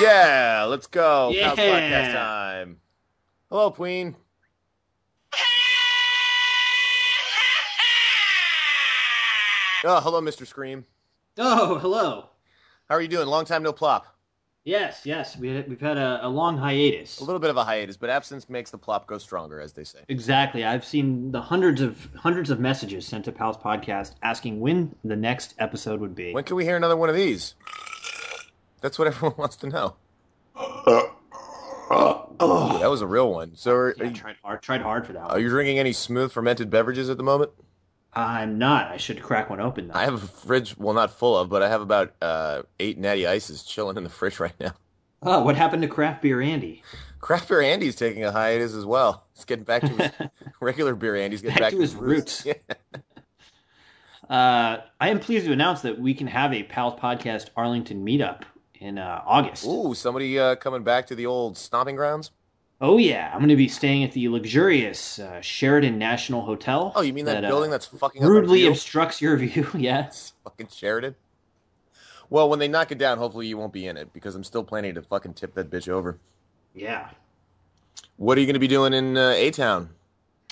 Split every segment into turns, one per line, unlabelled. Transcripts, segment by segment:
Yeah, let's go.
Yeah.
Pals podcast time. Hello, Queen. Oh, hello, Mr. Scream.
Oh, hello.
How are you doing? Long time no plop.
Yes, yes. We had, we've had a, a long hiatus.
A little bit of a hiatus, but absence makes the plop go stronger, as they say.
Exactly. I've seen the hundreds of hundreds of messages sent to Pals Podcast asking when the next episode would be.
When can we hear another one of these? That's what everyone wants to know. Ooh, that was a real one. So, are,
Yeah, I tried hard. Tried hard for that.
are
One.
you drinking any smooth fermented beverages at the moment?
I'm not. I should crack one open though.
I have a fridge, well, not full of, but I have about uh, eight natty ices chilling in the fridge right now.
Oh, what happened to craft beer, Andy?
Craft beer Andy's taking a hiatus as well. He's getting back to his regular beer Andy's getting
Back
back,
to his roots.
Yeah.
Uh, I am pleased to announce that we can have a Pals Podcast Arlington meetup in uh, August.
Ooh, somebody uh, coming back to the old stomping grounds?
Oh yeah, I'm going to be staying at the luxurious uh, Sheridan National Hotel.
Oh, you mean that,
uh,
building that's fucking up our
rudely
view?
obstructs your view? yes.
fucking Sheridan? Well, when they knock it down, hopefully you won't be in it because I'm still planning to fucking tip that bitch over.
Yeah.
What are you going to be doing in uh, A Town?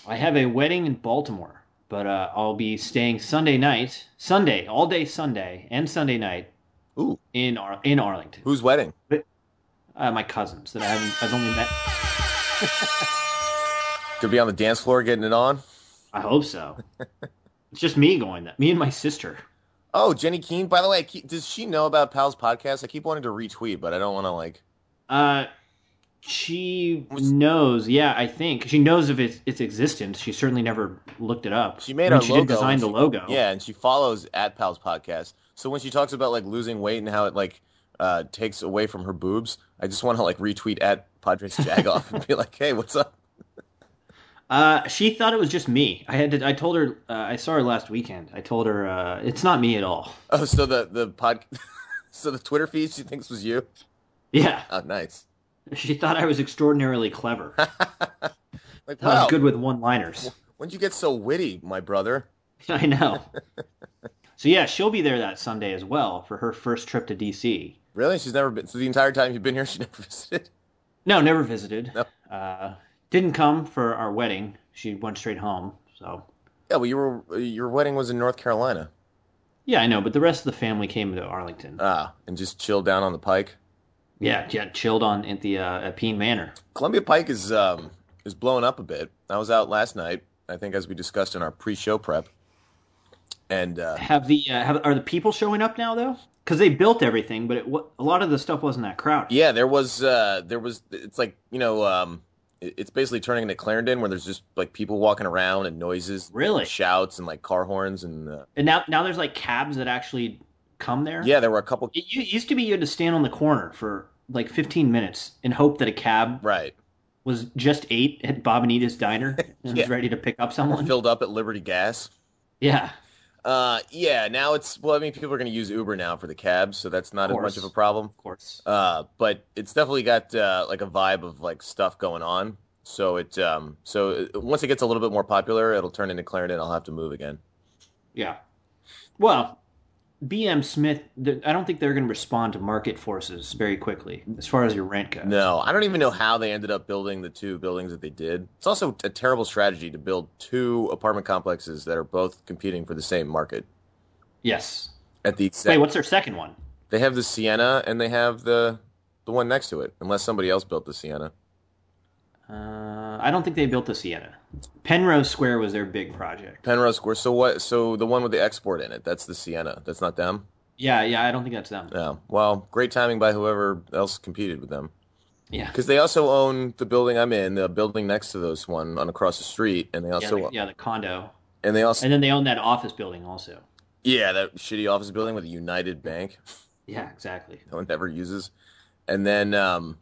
I have a wedding in Baltimore, but uh, I'll be staying Sunday night, Sunday all day Sunday and Sunday night
Ooh,
in Ar- in Arlington.
whose wedding?
Uh, my cousins that I haven't, I've only met.
Could be on the dance floor getting it on.
I hope so. it's just me going. That me and my sister.
Oh, Jenny Keene. By the way, I keep, does she know about Pal's podcast? I keep wanting to retweet, but I don't want to like.
Uh, she
Was-
knows. Yeah, I think she knows of its, its existence. She certainly never looked it up.
She made
I mean,
our
she
logo
did design
and
the
she-
logo.
Yeah, and she follows at Pal's podcast. So when she talks about like losing weight and how it like uh, takes away from her boobs, I just want to like retweet at Padres Jagoff and be like, "Hey, what's up?"
Uh, she thought it was just me. I had to. I told her. Uh, I saw her last weekend. I told her uh, it's not me at all.
Oh, so the the pod, so the Twitter feed she thinks was you.
Yeah,
Oh, nice.
she thought I was extraordinarily clever. I
Like,
was
wow,
good with one-liners.
when'd you get so witty, my brother?
I know. so yeah, she'll be there that Sunday as well for her first trip to DC.
Really? She's never been. So the entire time you've been here, she never visited.
No, never visited.
No.
Uh, didn't come for our wedding. She went straight home. So
Yeah, well, you were your wedding was in North Carolina.
yeah, I know. But the rest of the family came to Arlington.
Ah, and just chilled down on the Pike.
yeah, yeah, chilled on at the uh, at Peen Manor.
Columbia Pike is um is blowing up a bit. I was out last night, I think, as we discussed in our pre-show prep, and uh,
Have the uh, have, are the people showing up now though? Because they built everything, but it, wa- a lot of the stuff wasn't that crowded.
yeah, there was uh there was it's like you know um it- it's basically turning into Clarendon where there's just like people walking around and noises,
Really?
shouts and like car horns and uh,
And now now there's like cabs that actually come there.
yeah, there were a couple
It u- used to be you had to stand on the corner for like 15 minutes and hope that a cab
right
was just eight at Bob and Edith's diner and
Yeah.
was ready to pick up someone.
filled up at Liberty Gas.
Yeah.
Uh, yeah, now it's well, I mean, people are going to use Uber now for the cabs, so that's not
Of
as much
course.
of a problem.
Of course.
Uh, but it's definitely got uh, like a vibe of like stuff going on. So it um so uh, once it gets a little bit more popular, it'll turn into Clarendon. I'll have to move again.
Yeah. Well, BM Smith, th- I don't think they're going to respond to market forces very quickly as far as your rent goes.
No, I don't even know how they ended up building the two buildings that they did. It's also a terrible strategy to build two apartment complexes that are both competing for the same market
Yes.
at the
Wait,
exact.
what's their second one?
They have the Sienna and they have the the one next to it, unless somebody else built the Sienna.
Uh, I don't think they built the Sienna. Penrose Square was their big project.
Penrose Square. So what? So the one with the export in it. That's the Sienna. That's not them.
Yeah, yeah, I don't think that's them.
Yeah. Well, great timing by whoever else competed with them.
Yeah.
Because they also own the building I'm in, the building next to this one on across the street, and they
Yeah,
also
the, yeah, the condo.
and they also
And then they own that office building also.
yeah that shitty office building with a United Bank
Yeah, exactly.
no one ever uses, and then um,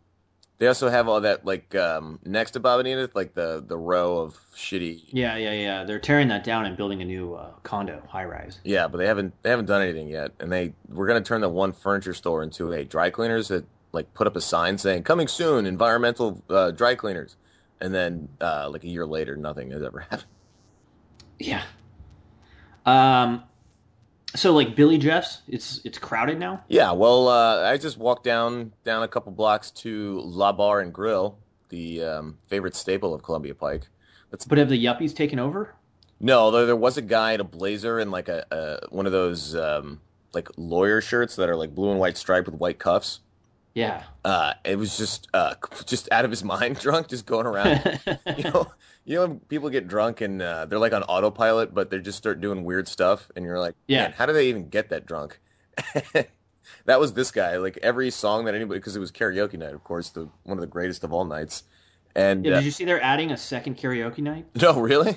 they also have all that like um, next to Bob and Edith, like the the row of shitty yeah.
Yeah, yeah, yeah. They're tearing that down and building a new uh, condo, high rise.
but they haven't they haven't done anything yet, and they we're gonna turn the one furniture store into a dry cleaners that like put up a sign saying coming soon environmental uh, dry cleaners, and then uh, like a year later nothing has ever happened.
Yeah. Um, So like Billy Jeff's, it's it's crowded now.
Yeah, well, uh, I just walked down down a couple blocks to La Bar and Grill, the um, favorite staple of Columbia Pike. That's
But have the yuppies taken over?
no, there, there was a guy in a blazer and like a, a one of those um, like lawyer shirts that are like blue and white striped with white cuffs.
Yeah.
Uh, it was just uh, just out of his mind, drunk, just going around. you know, you know, when people get drunk and uh, they're like on autopilot, but they just start doing weird stuff, and you're like,
Yeah.
"Man, how do they even get that drunk?" that was this guy. Like every song that anybody, because it was karaoke night, of course, the one of the greatest of all nights. And
Yeah,
uh,
Did you see they're adding a second karaoke night?
no, really,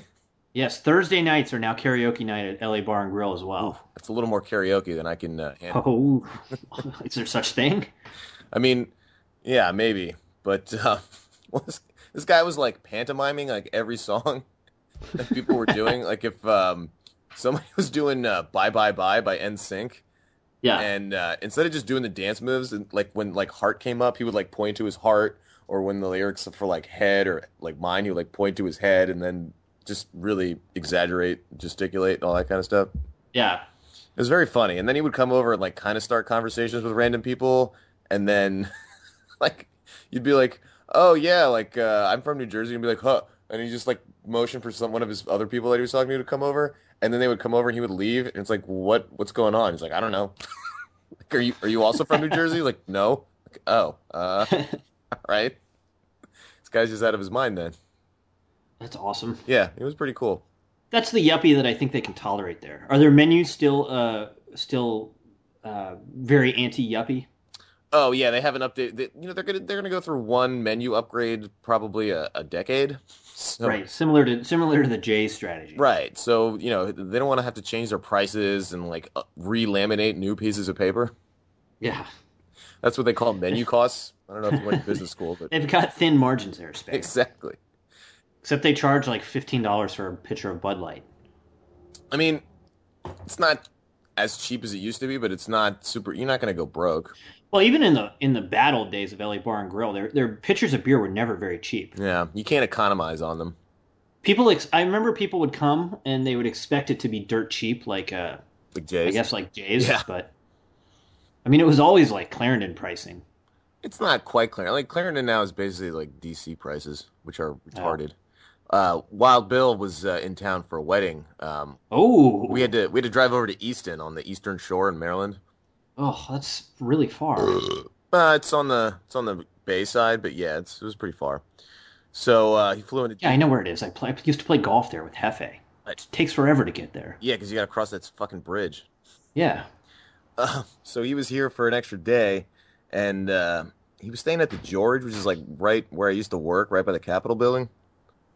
Yes, Thursday nights are now karaoke night at LA Bar and Grill as well.
that's a little more karaoke than I can uh, handle.
Oh, is there such thing?
I mean, yeah, maybe, but uh, this, this guy was like pantomiming like every song that people were doing. like if um, somebody was doing uh, "Bye Bye Bye" by NSYNC,
Yeah.
and uh, instead of just doing the dance moves, and like when like heart came up, he would like point to his heart, or when the lyrics for like head or like mine, he would like point to his head, and then just really exaggerate, gesticulate, and all that kind of stuff.
yeah.
It was very funny. And then he would come over and like kind of start conversations with random people, and then like you'd be like, "Oh yeah, like uh, I'm from New Jersey," and be like, "Huh," and he just like motion for some one of his other people that he was talking to to come over, and then they would come over and he would leave, and it's like, "What? What's going on?" He's like, "I don't know." like, are you are you also from New Jersey? Like, no. Like, oh, uh, all right. This guy's just out of his mind then.
That's awesome.
Yeah, it was pretty cool.
That's the yuppie that I think they can tolerate there. Are their menus still uh still uh very anti yuppie?
Oh yeah, they haven't updated. They, you know, they're gonna they're gonna go through one menu upgrade probably a, a decade. So,
Right. Similar to similar to the J strategy.
Right. So you know they don't want to have to change their prices and like uh, re-laminate new pieces of paper.
Yeah.
That's what they call menu costs. I don't know if you went to business school, but
They've got thin margins there, space.
exactly.
Except they charge like fifteen dollars for a pitcher of Bud Light.
I mean, it's not as cheap as it used to be, but it's not super. You're not gonna go broke.
Well, even in the in the bad old days of LA Bar and Grill, their their pitchers of beer were never very cheap.
Yeah, you can't economize on them.
People, ex- I remember people would come and they would expect it to be dirt cheap, like uh,
Like
I
Jay's.
guess like Jay's,
Yeah.
but I mean it was always like Clarendon pricing.
It's not quite Clarendon. Like Clarendon now is basically like DC prices, which are retarded. Uh, Wild Bill was uh, in town for a wedding. Um,
Oh,
we had to we had to drive over to Easton on the Eastern Shore in Maryland.
oh, that's really far.
Uh, it's on the it's on the bay side, but yeah, it's, it was pretty far. So uh, he flew into
yeah, I know where it is. I, play, I used to play golf there with Hefe. It takes forever to get there.
yeah, because you got to cross that fucking bridge.
Yeah,
Uh, so he was here for an extra day, and uh, he was staying at the George, which is like right where I used to work, right by the Capitol building.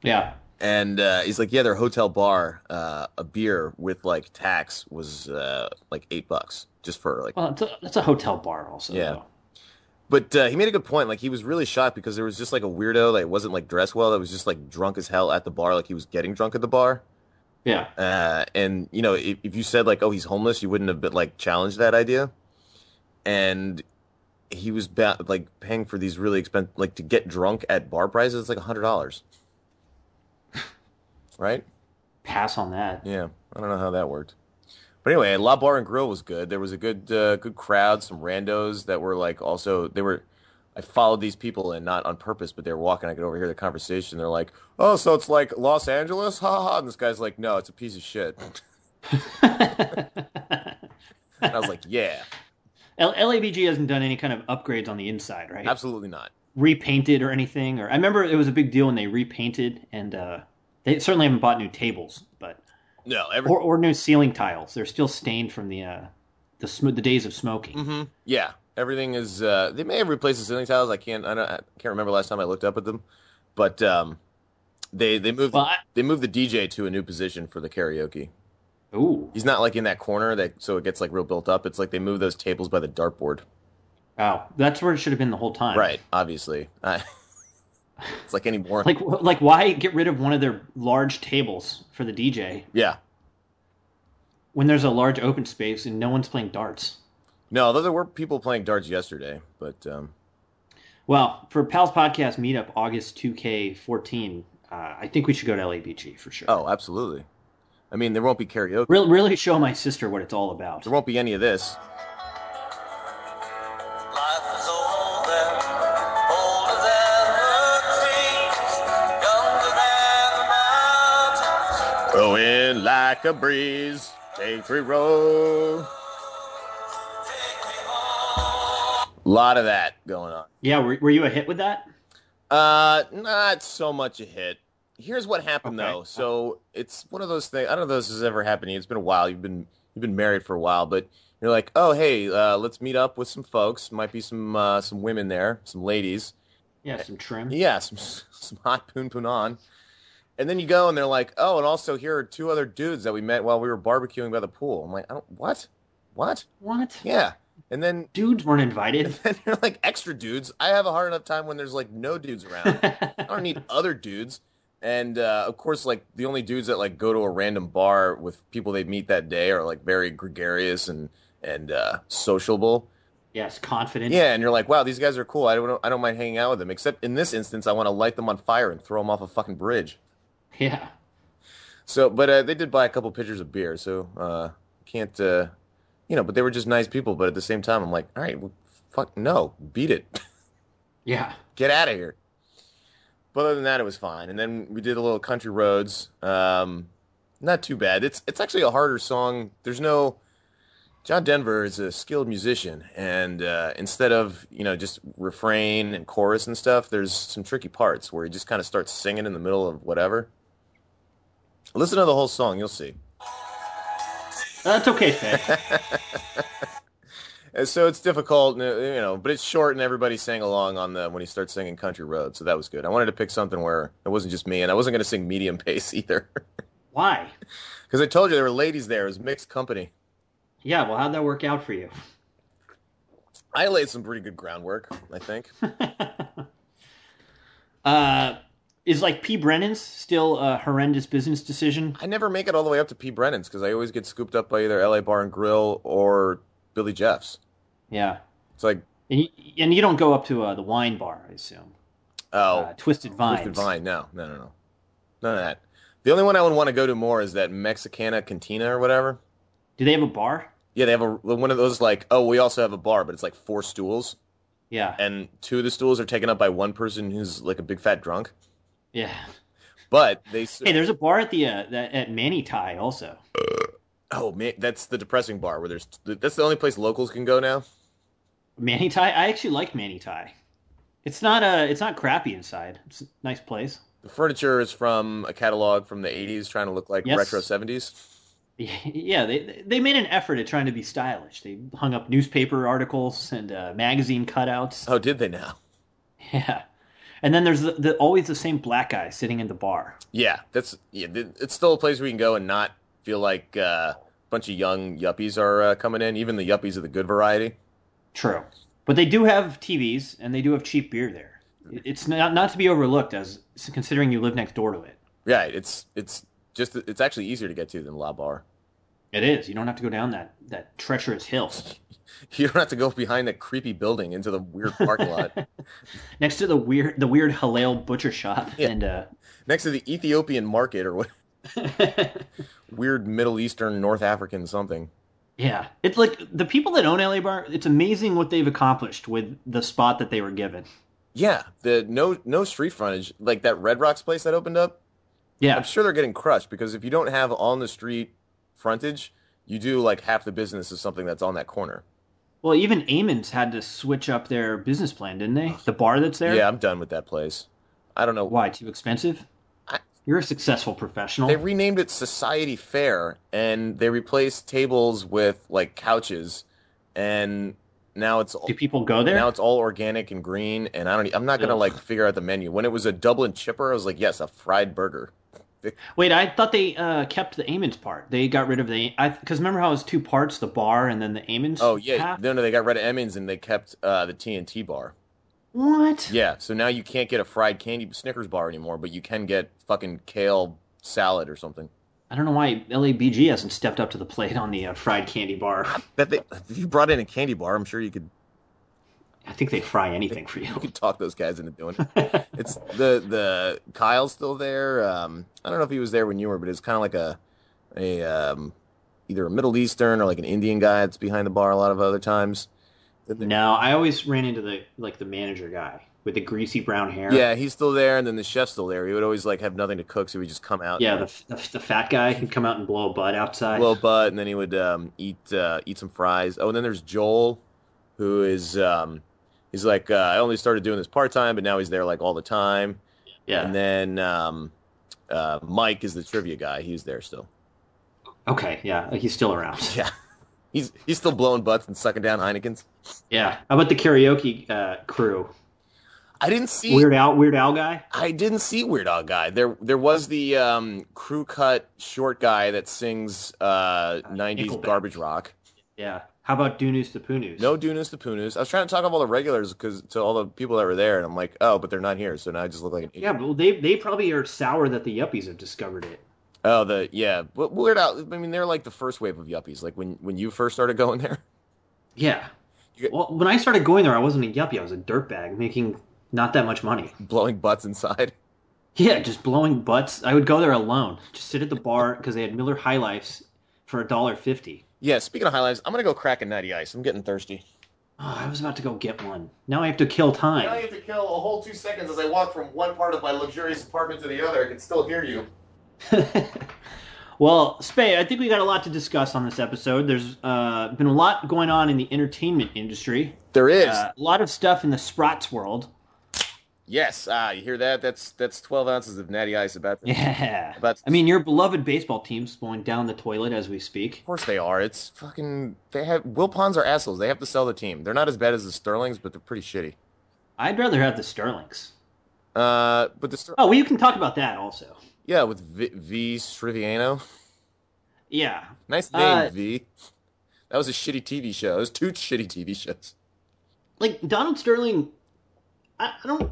yeah.
And uh, he's like, yeah, their hotel bar, uh, a beer with like tax was uh, like eight bucks just for like.
Well, it's a, that's a hotel bar also.
Yeah.
though.
But uh, he made a good point. Like he was really shocked because there was just like a weirdo that wasn't like dressed well, that was just like drunk as hell at the bar, like he was getting drunk at the bar.
yeah.
Uh, and you know, if, if you said like, "Oh, he's homeless," you wouldn't have been, like challenged that idea. And he was ba- like paying for these really expensive, like to get drunk at bar prices, it's like a hundred dollars, right?
Pass on that.
Yeah, I don't know how that worked. But anyway, La Bar and Grill was good. There was a good, uh, good crowd. Some randos that were like also they were. I followed these people and not on purpose, but they were walking. I could overhear the conversation. They're like, "Oh, so it's like Los Angeles, ha ha." And this guy's like, "No, it's a piece of shit." And I was like, "Yeah,
L- LABG hasn't done any kind of upgrades on the inside, right?
absolutely not."
repainted or anything. Or I remember it was a big deal when they repainted, and uh, they certainly haven't bought new tables, but
No, every
or, or new ceiling tiles. They're still stained from the uh, the sm- the days of smoking.
hmm yeah, everything is. Uh, they may have replaced the ceiling tiles. I can't. I, don't, I can't remember last time I looked up at them, but um, they they moved
Well, I,
they moved the DJ to a new position for the karaoke.
ooh,
He's not like in that corner that so it gets like real built up. It's like they move those tables by the dartboard.
wow, that's where it should have been the whole time,
Right, obviously. I, it's like any more.
Like, wh- like, why get rid of one of their large tables for the DJ
yeah.
when there's a large open space and no one's playing darts?
No, although there were people playing darts yesterday, but um,
Well, for Pals Podcast Meetup August 2K14, uh, I think we should go to LABG for sure.
oh, absolutely. I mean, there won't be karaoke.
Re- really show my sister what it's all about.
There won't be any of this.
Life is older, older than the trees, younger than the mountains.
Go in like a breeze, take free roll.
Take me home.
A lot of that going on.
Yeah, were, were you a hit with that?
Uh, not so much a hit. Here's what happened
Okay.
though. So it's one of those things. I don't know if this has ever happened. to you. It's been a while. You've been you've been married for a while, but you're like, oh hey, uh, let's meet up with some folks. Might be some uh, some women there, some ladies.
Yeah, some trim.
Yeah, some some hot poon poon on. And then you go and they're like, oh, and also here are two other dudes that we met while we were barbecuing by the pool. I'm like, I don't what, what?
What?
Yeah. And then
Dudes weren't invited.
and they're like extra dudes. I have a hard enough time when there's like no dudes around. I don't need other dudes. And uh, of course, like the only dudes that like go to a random bar with people they meet that day are like very gregarious and and uh, sociable.
yes, confident.
Yeah, and you're like, wow, these guys are cool. I don't I don't mind hanging out with them. Except in this instance, I want to light them on fire and throw them off a fucking bridge.
Yeah.
So, but uh, they did buy a couple pitchers of beer, so uh, can't uh, you know. But they were just nice people. But at the same time, I'm like, all right, well, fuck no, beat it.
Yeah.
get out of here. But other than that, it was fine. And then we did a little country roads. Um, not too bad. It's it's actually a harder song. There's no John Denver is a skilled musician, and uh, instead of you know just refrain and chorus and stuff, there's some tricky parts where he just kind of starts singing in the middle of whatever. Listen to the whole song, you'll see.
That's okay, Faye.
And so it's difficult, and, uh, you know, but it's short, and everybody sang along on the when he starts singing "Country Road," so that was good. I wanted to pick something where it wasn't just me, and I wasn't going to sing medium pace either,
Why?
because I told you there were ladies there. It was mixed company.
Yeah, well, how'd that work out for you?
I laid some pretty good groundwork, I think.
uh, is like P. Brennan's still a horrendous business decision?
I never make it all the way up to P. Brennan's because I always get scooped up by either L.A. Bar and Grill or Billy Jeff's.
Yeah.
It's like,
And you, and you don't go up to uh, the wine bar, I assume.
oh,
Uh, Twisted Vines.
Twisted Vine. No, no, no, no, none of that. The only one I would want to go to more is that Mexicana Cantina or whatever.
Do they have a bar?
Yeah, they have a one of those like, oh, we also have a bar, but it's like four stools,
Yeah.
and two of the stools are taken up by one person who's like a big fat drunk.
Yeah.
But they,
Hey, there's a bar at the uh, that, at Manny Thai also.
oh man, that's the depressing bar where there's that's the only place locals can go now.
Manny Thai. I actually like Manny Thai. It's not uh it's not crappy inside. It's a nice place.
The furniture is from a catalog from the '80s, trying to look like
Yes.
retro '70s.
Yeah, they they made an effort at trying to be stylish. They hung up newspaper articles and uh, magazine cutouts.
Oh, did they now?
Yeah, and then there's the, the, always the same black guy sitting in the bar.
Yeah, that's yeah. th- It's still a place where you can go and not feel like uh, a bunch of young yuppies are uh, coming in. Even the yuppies of the good variety.
True, but they do have TVs and they do have cheap beer there. It- It's not not to be overlooked as considering you live next door to it.
Yeah, it's it's just it's actually easier to get to than La Bar.
It is. You don't have to go down that that treacherous hill.
You don't have to go behind that creepy building into the weird parking lot.
next to the weird the weird halal butcher shop
Yeah.
and uh
Next to the Ethiopian market or what weird Middle Eastern, North African something.
yeah it's like the people that own la bar it's amazing what they've accomplished with the spot that they were given
Yeah, the no no street frontage, like that Red Rocks place that opened up. I'm
yeah
sure they're getting crushed because if you don't have on the street frontage, you do like half the business is something that's on that corner.
well even Amon's had to switch up their business plan didn't they the bar that's there
Yeah, I'm done with that place. I don't know why.
why too expensive
I-
you're a successful professional
They renamed it Society Fair and they replaced tables with like couches and now it's all
do people go Oh, there
Now it's all organic and green, and I don't. e, I'm not gonna
Ugh.
like figure out the menu. When it was a Dublin chipper, I was like, yes, a fried burger.
wait i thought they uh kept the Amon's part they got rid of the i because remember how it was two parts the bar and then the Amon's
Oh yeah,
half?
no, no, they got rid of Emmons and they kept uh, the TNT bar.
what
Yeah, so now you can't get a fried candy Snickers bar anymore, but you can get fucking kale salad or something.
I don't know why LABG hasn't stepped up to the plate on the uh, fried candy bar.
That they, if you brought in a candy bar, I'm sure you could
I think they fry anything for you.
you could talk those guys into doing it. it's the the Kyle's still there. Um, I don't know if he was there when you were, but it's kind of like a a um, either a Middle Eastern or like an Indian guy that's behind the bar a lot of other times. Then there-
No, I always ran into the like the manager guy with the greasy brown hair.
Yeah, he's still there, and then the chef's still there. He would always like have nothing to cook, so he would just come out.
yeah.
and
The, the, the fat guy who'd come out and blow a butt outside.
blow butt, and then he would um, eat uh, eat some fries. Oh, and then there's Joel, who is um, he's like uh, I only started doing this part time, but now he's there like all the time.
yeah.
And then um, uh, Mike is the trivia guy. He's there still.
okay. Yeah. He's still around.
Yeah, he's he's still blowing butts and sucking down Heinekens.
Yeah. How about the karaoke uh, crew?
I didn't see
Weird Al. Weird Al guy.
I didn't see Weird Al guy. There there was the um, crew cut short guy that sings uh, '90s
Nickelback.
garbage rock.
Yeah. How about Dunus the Punus?
No Dunas the Punas. I was trying to talk about all the regulars because to all the people that were there, and I'm like, oh, but they're not here, so now I just look like an
Yeah,
idiot.
but well, they they probably are sour that the yuppies have discovered it.
Oh, the yeah, but Weird Al. I mean, they're like the first wave of yuppies. Like when when you first started going there.
Yeah.
You-
Well, when I started going there, I wasn't a yuppie. I was a dirtbag making not that much money.
blowing butts inside.
Yeah, just blowing butts. I would go there alone, just sit at the bar because they had Miller High Lifes for a dollar fifty.
Yeah, speaking of highlights, I'm gonna go crack a nutty ice. I'm getting thirsty.
Oh, I was about to go get one. Now I have to kill
Now you
time.
have to kill a whole two seconds as I walk from one part of my luxurious apartment to the other. I can still hear you.
well, Spay, I think we got a lot to discuss on this episode. There's uh, been a lot going on in the entertainment industry.
There is.
Uh, a lot of stuff in the Sprats world.
yes. Ah, you hear that? That's that's 12 ounces of natty ice about. To,
Yeah.
But-
I mean, your beloved baseball team's going down the toilet as we speak.
Of course they are. It's fucking. They have Wilpons are assholes. They have to sell the team. They're not as bad as the Sterlings, but they're pretty shitty.
I'd rather have the Starlings.
Uh, but the Ster-
Oh, well, you can talk about that also.
yeah with V, v Striviano.
Yeah.
Nice name
Uh,
V. That was a shitty TV show. It was two shitty TV shows.
Like, Donald Sterling, I, I don't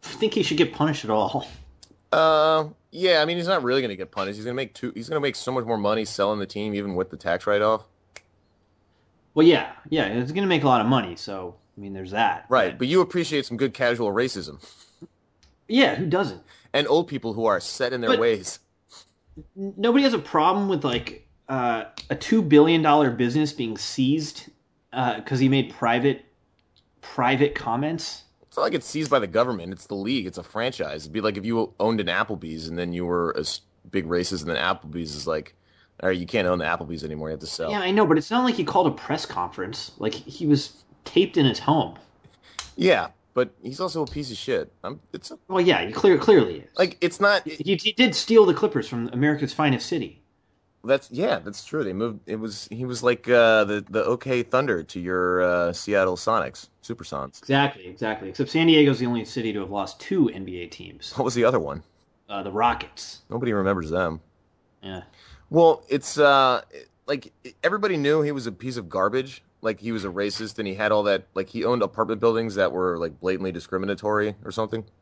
think he should get punished at all.
Uh, yeah. I mean, he's not really gonna get punished. He's gonna make two. He's gonna make so much more money selling the team, even with the tax write off.
Well, yeah. Yeah, it's going to make a lot of money, so, I mean, there's that.
Right. But you appreciate some good casual racism
Yeah, who doesn't?
and old people who are set in their
But-
ways.
N- Nobody has a problem with, like, uh, a $2 billion business being seized because he made private private comments.
It's not like it's seized by the government. It's the league. It's a franchise. It'd be like if you owned an Applebee's and then you were a s- big racist, and then Applebee's is like, all right, you can't own the Applebee's anymore. You have to sell.
Yeah,
Yeah,
I know, but it's not like he called a press conference. Like he was taped in his home.
but he's also a piece of shit. I'm, it's a,
Well, yeah, he clear clearly is.
like it's not.
he, he did steal the Clippers from America's finest city.
that's yeah, that's true. They moved. It was he was like uh, the the OK Thunder to your uh, Seattle Sonics, Supersonics.
Exactly, exactly. Except San Diego's the only city to have lost two NBA teams.
What was the other one?
Uh, the Rockets.
Nobody remembers them.
Yeah.
Well, it's uh like everybody knew he was a piece of garbage. Like he was a racist and he had all that like he owned apartment buildings that were like blatantly discriminatory or something.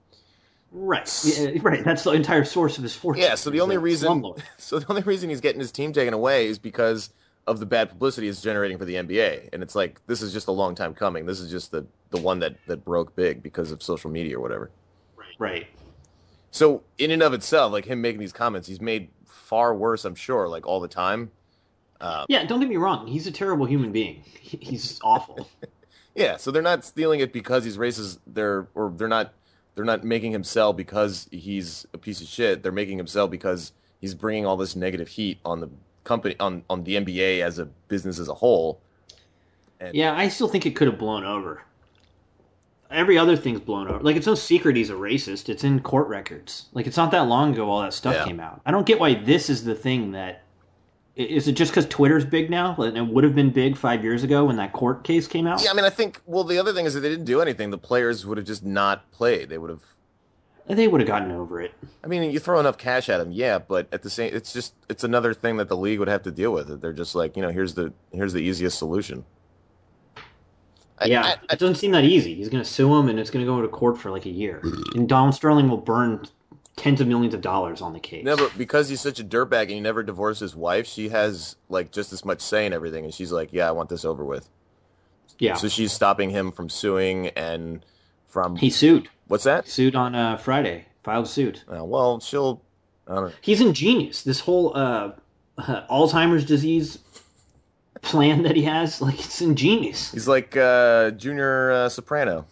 Right. Yeah, right. That's the entire source of his fortune.
Yeah, so the
He's
only
a
reason
slumlord.
so the only reason he's getting his team taken away is because of the bad publicity it's generating for the NBA. And it's like this is just a long time coming. This is just the the one that that broke big because of social media or whatever.
Right.
So in and of itself, like him making these comments, he's made far worse, I'm sure, like all the time. Uh,
Yeah, don't get me wrong. He's a terrible human being. He- He's awful.
Yeah, so they're not stealing it because he's racist. They're or they're not they're not making him sell because he's a piece of shit. They're making him sell because he's bringing all this negative heat on the company on on the NBA as a business as a whole.
Yeah, I still think it could have blown over. Every other thing's blown over. Like it's no secret he's a racist. It's in court records. Like it's not that long ago all that stuff
Yeah.
came out. I don't get why this is the thing that i- is it just because Twitter's big now? And it would have been big five years ago when that court case came out.
Yeah, I mean, I think well, the other thing is that they didn't do anything. The players would have just not played. They would have.
They would have gotten over it.
I mean, you throw enough cash at them, yeah, but at the same, it's just it's another thing that the league would have to deal with. They're just like, you know, here's the here's the easiest solution. I-
yeah,
I-
it doesn't seem that easy. He's going to sue him, and it's going to go to court for like a year. and Donald Sterling will burn tens of millions of dollars on the case.
No, but because he's such a dirtbag and he never divorced his wife, she has like just as much say in everything, and she's like, "Yeah, I want this over with."
yeah,
So she's stopping him from suing and from
he sued.
what's that?
Sued on uh, Friday. Filed suit.
Uh, well, she'll. I don't know.
He's ingenious. This whole uh, uh, Alzheimer's disease plan that he has. Like it's ingenious.
He's like uh, Junior uh, Soprano.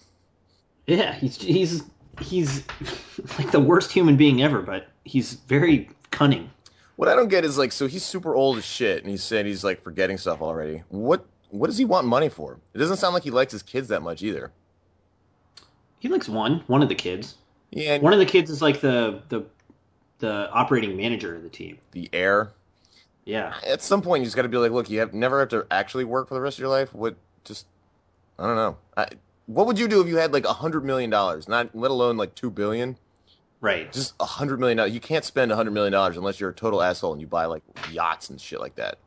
Yeah, he's he's he's like the worst human being ever, but he's very cunning.
What I don't get is like, so he's super old as shit, and he's saying he's like forgetting stuff already. What what does he want money for? It doesn't sound like he likes his kids that much either.
He likes one one of the kids.
Yeah, and
One of the kids is like the the the operating manager of the team.
the heir.
Yeah,
At some point, you just got to be like, look, you have never have to actually work for the rest of your life. What just, I don't know. I, what would you do if you had like a hundred million dollars, not let alone like two billion?
right.
Just a hundred million dollars. You can't spend a hundred million dollars unless you're a total asshole and you buy like yachts and shit like that.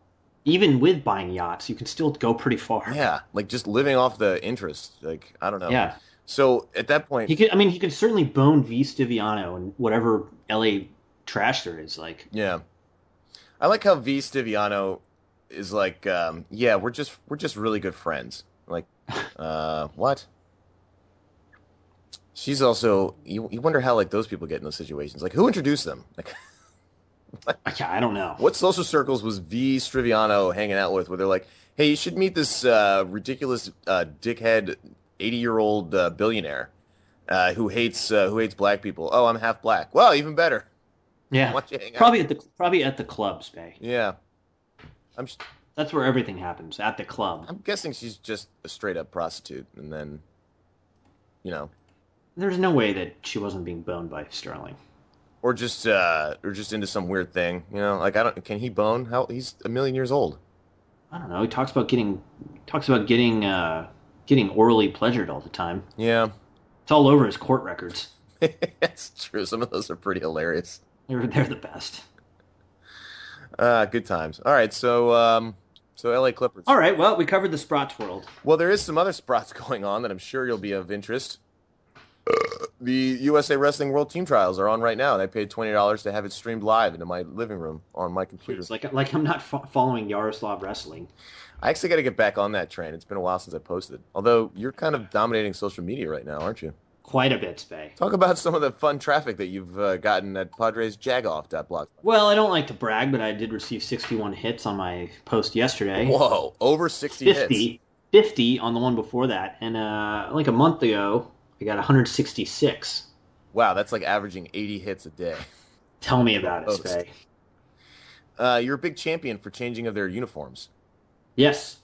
Even with buying yachts, you can still go pretty far.
Yeah, like just living off the interest. Like I don't know.
yeah.
So at that point,
He could. I mean, he could certainly bone V. Stiviano and whatever L.A. trash there is. Like,
Yeah. I like how V Stiviano is like, um, yeah, we're just we're just really good friends. Like, uh, what? She's also you, you wonder how like those people get in those situations. Like who introduced them? Like
yeah, I don't know.
what social circles was V Striviano hanging out with where they're like, hey, you should meet this uh, ridiculous uh, dickhead eighty year old uh, billionaire uh, who hates uh, who hates black people. Oh, I'm half black. Well, even better.
Yeah,
Why don't you hang out?
probably at the probably at the clubs, Bay.
Yeah. I'm sh-
That's where everything happens at the club.
I'm guessing she's just a straight up prostitute, and then, you know,
There's no way that she wasn't being boned by Sterling.
or just uh, or just into some weird thing, you know. Like I don't, can he bone? How he's a million years old.
I don't know. He talks about getting talks about getting uh, getting orally pleasured all the time.
Yeah,
It's all over his court records.
that's true. Some of those are pretty hilarious.
They're they're the best.
Uh, good times. All right, so um, so L.A. Clippers.
All right. Well, we covered the Sprots world.
Well, there is some other spots going on that I'm sure you'll be of interest. The USA Wrestling World Team Trials are on right now, and I paid twenty dollars to have it streamed live into my living room on my computer.
It's like like I'm not fo- following Yaroslav wrestling.
I actually got to get back on that train. It's been a while since I posted. Although you're kind of dominating social media right now, aren't you?
Quite a bit, Spay.
Talk about some of the fun traffic that you've uh, gotten at PadresJagoff.blog.
Well, I don't like to brag, but I did receive 61 hits on my post yesterday.
Whoa, over 60 hits.
50, 50 on the one before that, and uh, like a month ago, I got 166.
Wow, that's like averaging 80 hits a day.
Tell me about it,
Post.
Spay.
Uh, you're a big champion for changing of their uniforms.
Yes.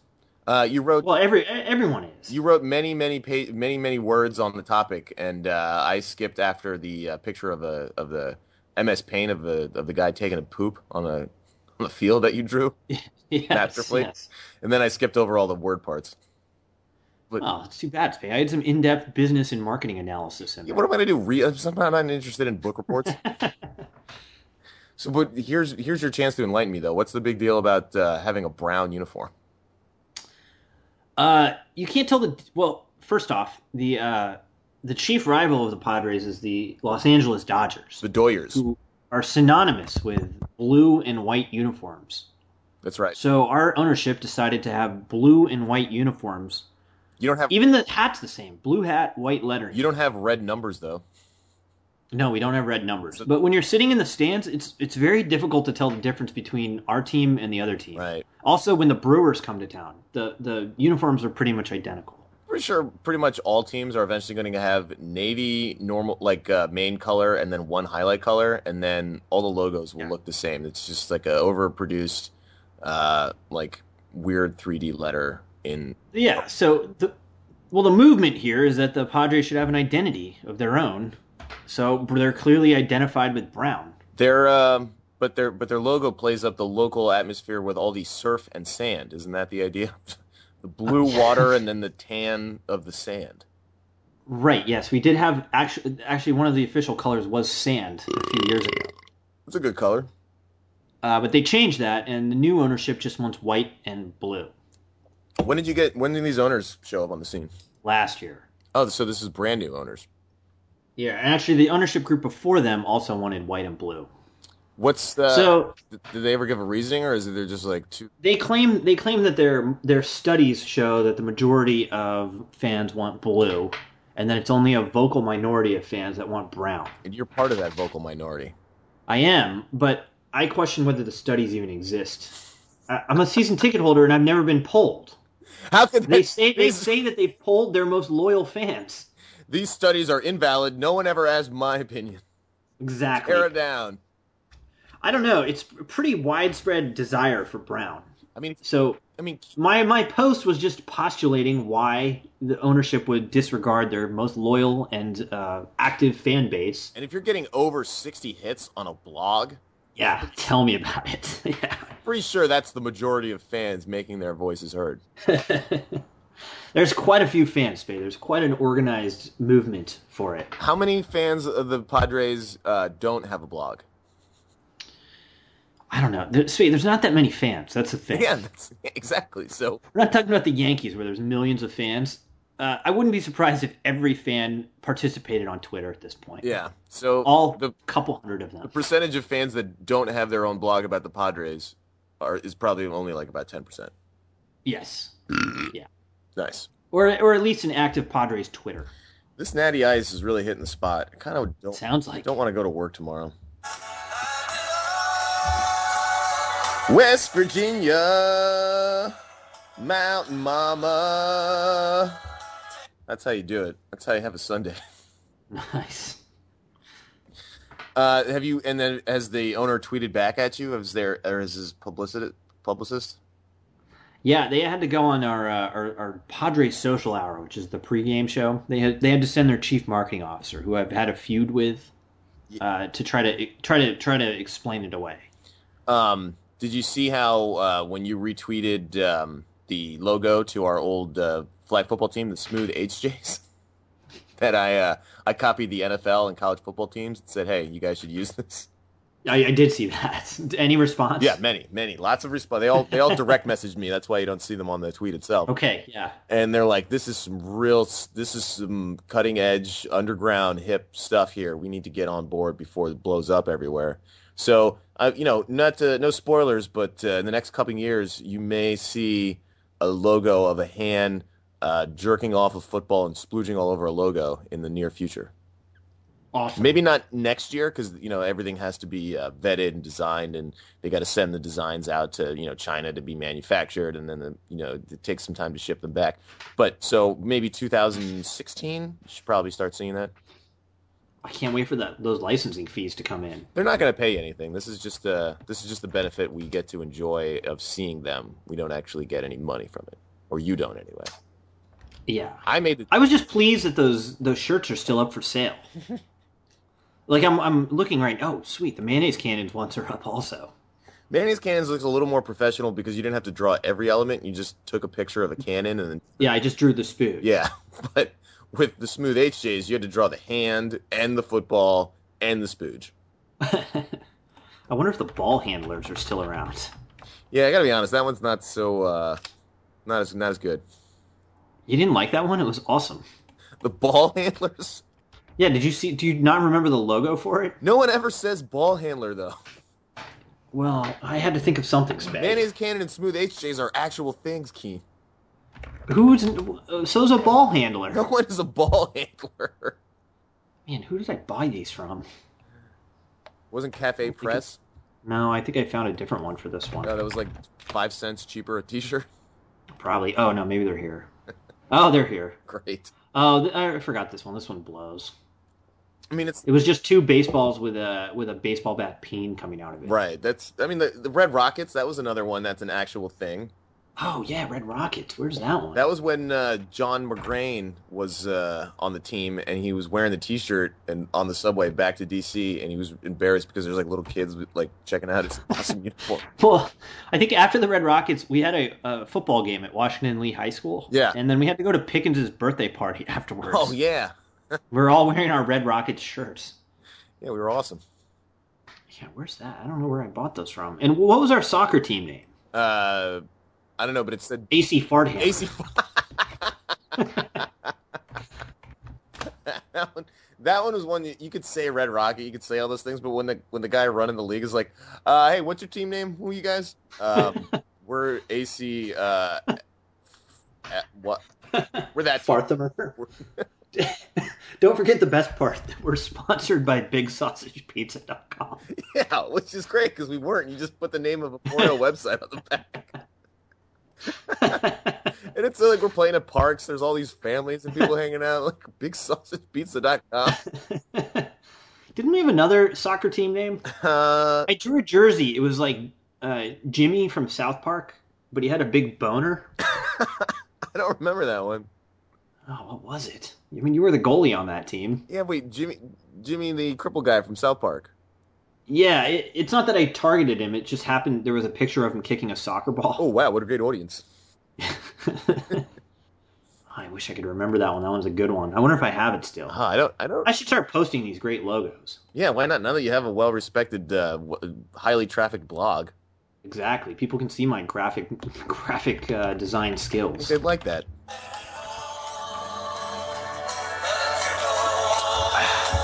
Uh, you wrote
Well, every e- everyone is.
you wrote many many pa- many many words on the topic, and uh, I skipped after the uh, picture of a of the MS Paint of the of the guy taking a poop on a on the field that you drew,
yes,
masterfully.
Yes.
and then I skipped over all the word parts.
Oh, it's too bad, Spay. I had some in-depth business and marketing analysis in
Yeah,
there.
what am I gonna do? Re- I'm somehow not interested in book reports. so, but here's here's your chance to enlighten me though. What's the big deal about uh, having a brown uniform?
Uh, you can't tell the well. First off, the uh, the chief rival of the Padres is the Los Angeles Dodgers,
The Doyers.
who are synonymous with blue and white uniforms.
That's right.
So our ownership decided to have blue and white uniforms.
You don't have
Even the hat's the same: blue hat, white lettering.
you don't have red numbers though.
no, we don't have red numbers. But when you're sitting in the stands, it's it's very difficult to tell the difference between our team and the other team.
Right.
Also, when the Brewers come to town, the the uniforms are pretty much identical.
Pretty sure pretty much all teams are eventually going to have navy normal like uh, main color and then one highlight color and then all the logos will
Yeah.
look the same. It's just like a overproduced uh like weird 3D letter in
Yeah. So the well, the movement here is that the Padres should have an identity of their own. So they're clearly identified with brown.
Their um, but their but their logo plays up the local atmosphere with all the surf and sand. Isn't that the idea? the blue water and then the tan of the sand.
Right. Yes, we did have actually actually one of the official colors was sand a few years ago.
It's a good color.
Uh, but they changed that, and the new ownership just wants white and blue.
When did you get? When did these owners show up on the scene?
Last year,
Oh, so this is brand new owners.
yeah, and actually the ownership group before them also wanted white and blue.
What's the?
so
did they ever give a reasoning, or is it they're just like too?
they claim they claim that their their studies show that the majority of fans want blue, and that it's only a vocal minority of fans that want brown.
And you're part of that vocal minority.
I am, but I question whether the studies even exist. I, I'm a season ticket holder, and I've never been polled.
How could
They
that-
say they
these,
say that they polled their most loyal fans.
these studies are invalid? No one ever asked my opinion.
Exactly.
Tear it down.
I don't know. It's a pretty widespread desire for Brown.
I mean,
So
I mean,
my my post was just postulating why the ownership would disregard their most loyal and uh, active fan base.
and if you're getting over 60 hits on a blog,
Yeah, tell me about it. yeah.
pretty sure that's the majority of fans making their voices heard.
There's quite a few fans, Spade. There's quite an organized movement for it.
How many fans of the Padres uh, don't have a blog?
I don't know. There, Spade, there's not that many fans. That's the thing.
Yeah, that's, exactly. So
We're not talking about the Yankees, where there's millions of fans. Uh, I wouldn't be surprised if every fan participated on Twitter at this point.
yeah, so
all
the
couple hundred of them.
percentage of fans that don't have their own blog about the Padres are is probably only like about 10%.
yes,
Nice.
or or at least an active Padres Twitter.
This natty ice is really hitting the spot. I kind of don't
Sounds like
don't want to go to work tomorrow. West Virginia, Mountain Mama. That's how you do it. That's how you have a Sunday.
nice.
Uh, have you? And then has the owner tweeted back at you? Is there or is his publicist? Publicist?
Yeah, they had to go on our, uh, our our Padres social hour, which is the pregame show. They had they had to send their chief marketing officer, who I've had a feud with, uh, to try to try to try to explain it away.
Um, did you see how uh, when you retweeted um, the logo to our old uh, flag football team, the Smooth HJs, that I uh, I copied the NFL and college football teams and said, "Hey, you guys should use this."
I, I did see that. Any response?
Yeah, many, many, lots of response. They all they all direct messaged me. That's why you don't see them on the tweet itself.
Okay. Yeah.
And they're like, "This is some real, this is some cutting edge, underground, hip stuff here. We need to get on board before it blows up everywhere." So, uh, you know, not to, no spoilers, but uh, in the next couple years, you may see a logo of a hand uh, jerking off a football and splooging all over a logo in the near future.
Awesome.
Maybe not next year because you know everything has to be uh, vetted and designed, and they got to send the designs out to you know China to be manufactured, and then the, you know it takes some time to ship them back. But so maybe 2016, you should probably start seeing that.
I can't wait for that those licensing fees to come in.
They're not going to pay you anything. This is just uh, this is just the benefit we get to enjoy of seeing them. We don't actually get any money from it, or you don't anyway.
Yeah.
I made the
I was just pleased that those those shirts are still up for sale. like I'm I'm looking right. Oh, sweet, the mayonnaise cannons once are up also.
mayonnaise cannons looks a little more professional because you didn't have to draw every element. You just took a picture of a cannon and then
Yeah, I just drew the spoon.
Yeah, but with the smooth HJs, you had to draw the hand and the football and the spooge.
I wonder if the ball handlers are still around.
Yeah, I gotta be honest, that one's not so uh, not as not as good.
You didn't like that one? It was awesome.
The ball handlers.
Yeah, did you see do you not remember the logo for it?
No one ever says ball handler though.
Well, I had to think of something special.
Mayonnaise cannon and smooth HJs are actual things, Keen.
Who's uh, so's a ball handler?
No one is a ball handler.
Man, who did I buy these from?
Wasn't Cafe Press?
No, I think I found a different one for this one.
No, that was like five cents cheaper a T-shirt.
Probably. Oh no, maybe they're here. Oh, they're here.
Great.
Oh, th- I forgot this one. This one blows.
I mean, it's
It was just two baseballs with a with a baseball bat peen coming out of it.
right. That's. I mean, the, the Red Rockets. That was another one. That's an actual thing.
Oh yeah, Red Rockets. Where's that one?
That was when uh, John McGrain was uh, on the team, and he was wearing the T-shirt and on the subway back to DC, and he was embarrassed because there's like little kids like checking out his awesome uniform.
well, I think after the Red Rockets, we had a, a football game at Washington Lee High School.
Yeah.
and then we had to go to Pickens' birthday party afterwards.
Oh yeah,
we are all wearing our Red Rockets shirts.
yeah, we were awesome.
Yeah, where's that? I don't know where I bought those from. And what was our soccer team name?
Uh, I don't know, but it said
AC Fartham.
AC. that, one, that one was one that you could say Red Rocket, you could say all those things, but when the when the guy running the league is like, uh, "Hey, what's your team name? Who are you guys?" Um, we're AC. Uh, at what? We're that team.
Farthamer. Don't forget the best part that we're sponsored by BigSausagePizza.com.
Yeah, which is great because we weren't. You just put the name of a porno website on the back, and it's uh, like we're playing at parks. There's all these families and people hanging out. Like BigSausagePizza.com.
Didn't we have another soccer team name?
Uh,
I drew a jersey. It was like uh, Jimmy from South Park, but he had a big boner.
I don't remember that one.
Oh, what was it? I mean, you were the goalie on that team.
Yeah, wait, Jimmy, Jimmy, the cripple guy from South Park.
Yeah, it, it's not that I targeted him. It just happened. There was a picture of him kicking a soccer
Oh
ball.
wow, what a great audience!
I wish I could remember that one. That one's a good one. I wonder if I have it still.
Ah, I don't, I don't.
I should start posting these great logos.
Yeah, why not? Now that you have a well-respected, uh, w- highly trafficked blog,
Exactly. People can see my graphic graphic uh, design
I think
skills.
they'd like that.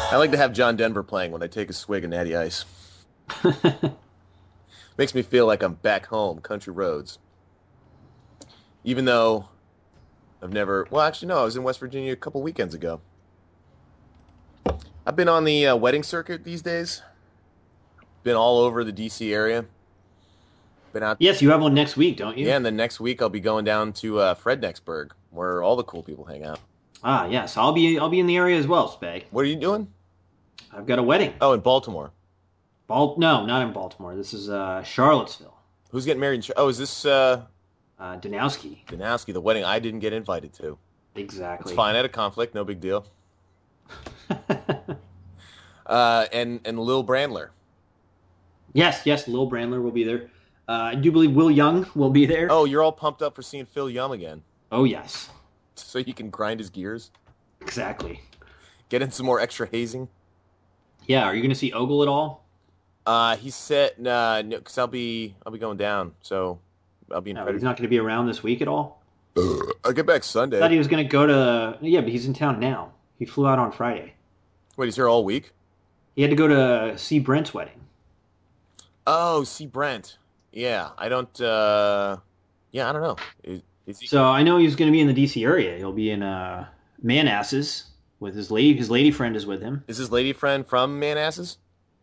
I like to have John Denver playing when I take a swig of Natty Ice. Makes me feel like I'm back home, country roads. Even though I've never. Well, actually, no. I was in West Virginia a couple weekends ago. I've been on the uh, wedding circuit these days. Been all over the D.C. area. Been out.
Yes, you have one next week, don't you?
Yeah, and then next week I'll be going down to uh, Frednicksburg, where all the cool people hang out.
Ah, yes. I'll be I'll be in the area as well, Spay.
What are you doing?
I've got a wedding.
Oh, in Baltimore.
Bal- no, not in Baltimore. This is uh, Charlottesville.
Who's getting married? In Ch- oh, is this uh,
Uh, Donowski.
Danowski, the wedding I didn't get invited to? It's
Exactly.
fine. I had a conflict. No big deal. Uh, and and Lil Brandler.
yes, yes. Lil Brandler will be there. Uh, I do believe Will Young will be there.
Oh, you're all pumped up for seeing Phil Yum again,
Oh, yes.
so you can grind his gears,
Exactly.
get in some more extra hazing.
Yeah. Are you going to see Ogle at all?
Uh, he said, uh, no, because I'll be I'll be going down, so I'll be in.
No,
Frederick-
he's not going to be around this week at all.
I'll get back
I thought he
Sunday.
was going to go to. Yeah, but he's in town now. He flew out on Friday.
Wait, he's here all week.
He had to go to see Brent's wedding.
Oh, see Brent. Yeah, I don't. uh Yeah, I don't know. Is, is he?
So I know he's going to be in the DC area. He'll be in uh, Manasses with his lady. His lady friend is with him.
Is his lady friend from Manasses?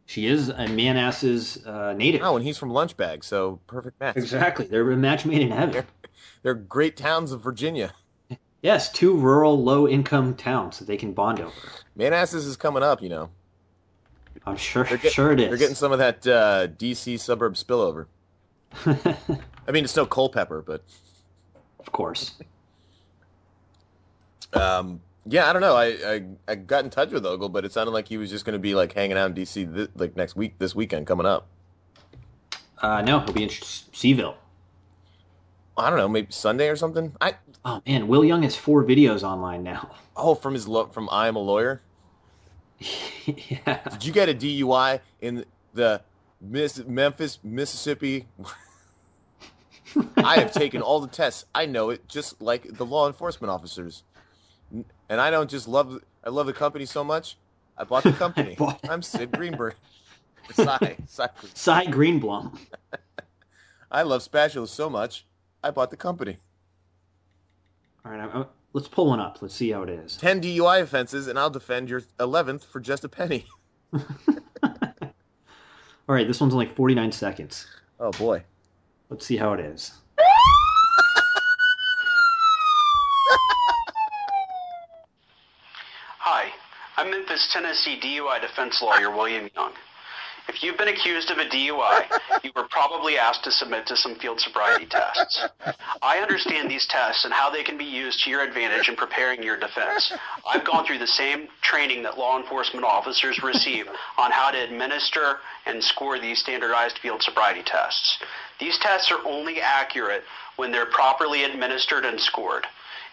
She is a Manasses uh, native.
Oh, and he's from Lunchbag, so perfect match.
exactly. They're a match made in heaven.
They're great towns of Virginia.
Yes, two rural, low-income towns that they can bond over.
Manasses is coming up, you know.
I'm sure.
They're get-
sure it is.
They're getting some of that uh, DC suburb spillover. I mean, it's no Culpepper, but
of course.
um, yeah, I don't know. I, I I got in touch with Ogle, but it sounded like he was just going to be like hanging out in DC th- like next week, this weekend coming up.
Uh, no, he'll be in Sh- Seville.
I don't know, maybe Sunday or something. I
Oh man, Will Young has four videos online now.
oh from his lo- from I am a lawyer.
yeah.
Did you get a DUI in the Miss- Memphis, Mississippi? I have taken all the tests. I know it just like the law enforcement officers. N- And I don't just love I love the company so much. I bought the company.
bought-
I'm Sid Greenberg. Sigh, sigh.
Cy Greenblum.
I love spatulas so much. I bought the company.
All right, I, I, let's pull one up. Let's see how it is.
10 DUI offenses and I'll defend your 11th for just a penny.
All right, this one's only 49 seconds.
Oh boy.
Let's see how it is.
Hi, I'm Memphis, Tennessee DUI defense lawyer William Young. If you've been accused of a DUI, you were probably asked to submit to some field sobriety tests. I understand these tests and how they can be used to your advantage in preparing your defense. I've gone through the same training that law enforcement officers receive on how to administer and score these standardized field sobriety tests. These tests are only accurate when they're properly administered and scored.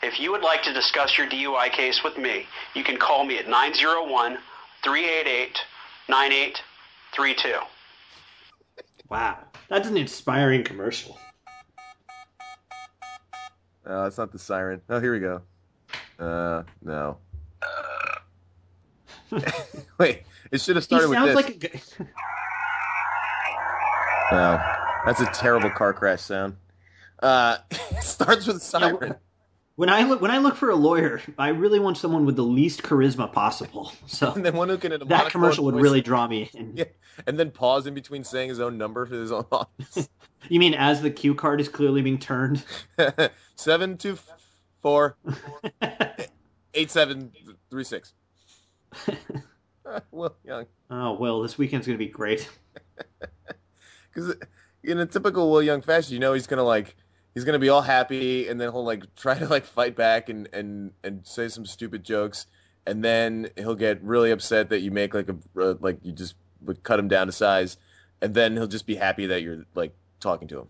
If you would like to discuss your DUI case with me, you can call me at 901 388 9832.
Wow, that's an inspiring commercial.
Oh, it's not the siren. Oh, here we go. Uh, no. Wait, it should have
He
started with this.
sounds like a g-
No, that's a terrible car crash sound. Uh, it starts with a siren.
Yeah, When I look when I look for a lawyer, I really want someone with the least charisma possible. So
And then one who can in a
that
monotone
commercial would
voice-
really draw me. in.
Yeah. and then pause in between saying his own number to his own office.
You mean as the cue card is clearly being turned?
Seven two four eight seven three six. Will Young,
oh well, this weekend's gonna be great.
because in a typical Will Young fashion, you know he's gonna like he's gonna be all happy, and then he'll like try to like fight back and and and say some stupid jokes, and then he'll get really upset that you make like a uh, like you just would cut him down to size, and then he'll just be happy that you're like talking to him.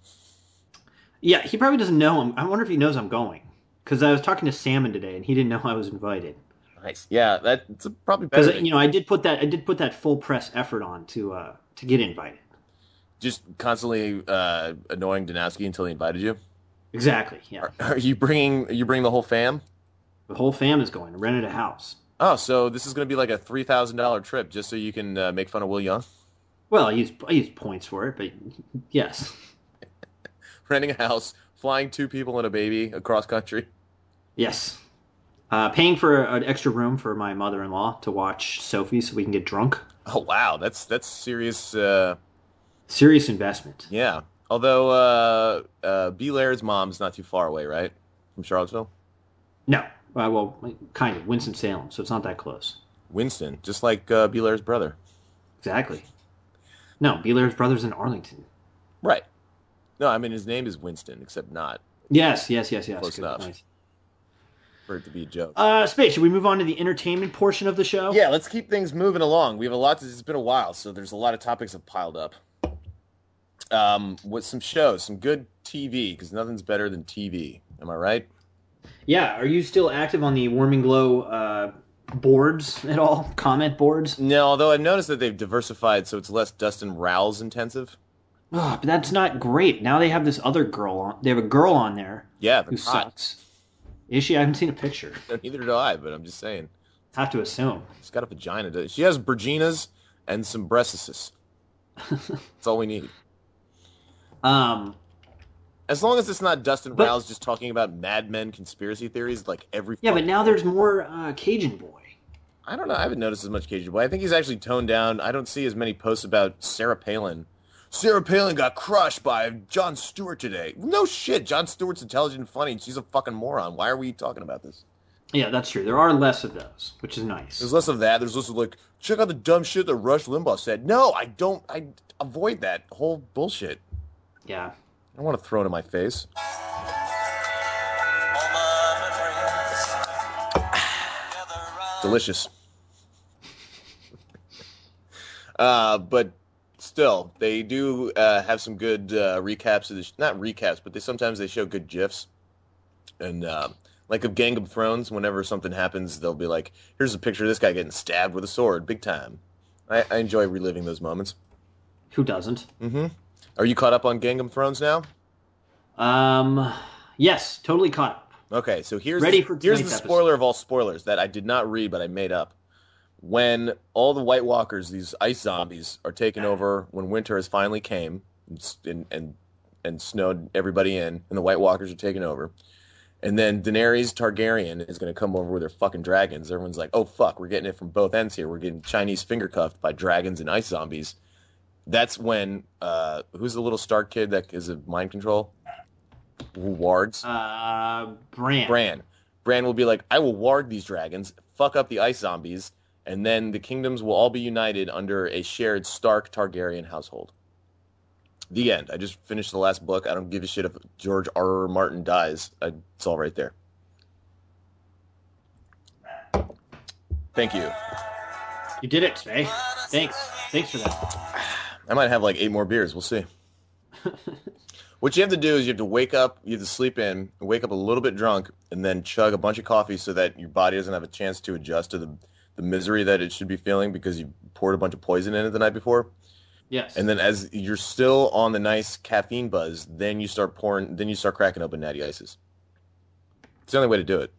Yeah, he probably doesn't know. I'm, I wonder if he knows I'm going because I was talking to Salmon today and he didn't know I was invited.
Nice. Yeah, that- that's probably better.
Because
than-
you know, I did put that I did put that full press effort on to uh, to get invited.
just constantly uh, annoying Donowski until he invited you.
Exactly. Yeah,
Are, are you bringing are you bring the whole fam?
the whole fam is going. Rented a house.
Oh, so this is going to be like a three thousand dollar trip just so you can uh, make fun of Will Young
Well, I use I use points for it, but yes,
renting a house, flying two people and a baby across country.
yes. Uh, paying for an extra room for my mother-in-law to watch Sophie so we can get drunk.
Oh wow, that's that's serious. Uh,
Serious investment.
yeah. Although uh, uh, B. Laird's mom's not too far away, right? From Charlottesville,
No, uh, well, kind of Winston Salem, so it's not that close.
Winston, just like uh, B. Laird's brother.
Exactly. No, Beeler's brother's in Arlington.
Right. No, I mean his name is Winston, except not
Yes, yes, yes, yes.
Close
good
enough.
point.
for it to be a joke.
Uh, space. Should we move on to the entertainment portion of the show?
Yeah, let's keep things moving along. We have a lot. To, it's been a while, so there's a lot of topics have piled up. Um, with some shows, some good TV, because nothing's better than TV. Am I right?
Yeah. Are you still active on the Warming Glow uh, boards at all? Comment boards?
No, although I've noticed that they've diversified, so it's less Dustin Rouse intensive.
Oh, but that's not great. Now they have this other girl on. They have a girl on there
Yeah,
who
they're hot.
sucks. Is she? I haven't seen a picture.
Neither do I, but I'm just saying,
Have to assume.
she's got a vagina. doesn't She She has Virginas and some breastises. That's all we need.
Um,
As long as it's not Dustin
But-
Rouse just talking about Mad Men conspiracy theories, like every
yeah, but now there's more uh, Cajun boy.
I don't know. I haven't noticed as much Cajun Boy. I think he's actually toned down. I don't see as many posts about Sarah Palin. Sarah Palin got crushed by John Stewart today. No shit. John Stewart's intelligent and funny. and She's a fucking moron. Why are we talking about this?
Yeah, that's true. There are less of those, which is nice.
There's less of that. There's less of like, check out the dumb shit that Rush Limbaugh said. No, I don't. I avoid that whole bullshit.
Yeah.
I don't want to throw it in my face. delicious. uh, but still, they do uh, have some good uh, recaps of the sh- not recaps, but they sometimes they show good gifs, and uh, like of Gang of Thrones. Whenever something happens, they'll be like, "Here's a picture of this guy getting stabbed with a sword, big time." I, I enjoy reliving those moments.
Who doesn't?
hmm Are you caught up on Gang of Thrones now?
Um, yes, totally caught up.
Okay, so here's
Ready
the,
for
here's the
tonight's
spoiler of all spoilers that I did not read but I made up. When all the White Walkers, these ice zombies, are taken over, when winter has finally came and s- and and, and snowed everybody in, and the White Walkers are taken over, and then Daenerys Targaryen is going to come over with her fucking dragons. Everyone's like, "Oh fuck, we're getting it from both ends here. We're getting Chinese finger cuffed by dragons and ice zombies." That's when uh, who's the little Stark kid that is a mind control? Wards.
Uh, Bran.
Bran. Bran will be like, I will ward these dragons, fuck up the ice zombies, and then the kingdoms will all be united under a shared Stark Targaryen household. The end. I just finished the last book. I don't give a shit if George R. R. Martin dies. I, it's all right there. Thank you.
You did it, Spay. Thanks. Thanks for that.
I might have like eight more beers. We'll see. what you have to do is you have to wake up, you have to sleep in, and wake up a little bit drunk, and then chug a bunch of coffee so that your body doesn't have a chance to adjust to the the misery that it should be feeling because you poured a bunch of poison in it the night before.
Yes.
And then as you're still on the nice caffeine buzz, then you start pouring, then you start cracking open natty ices. It's the only way to do it.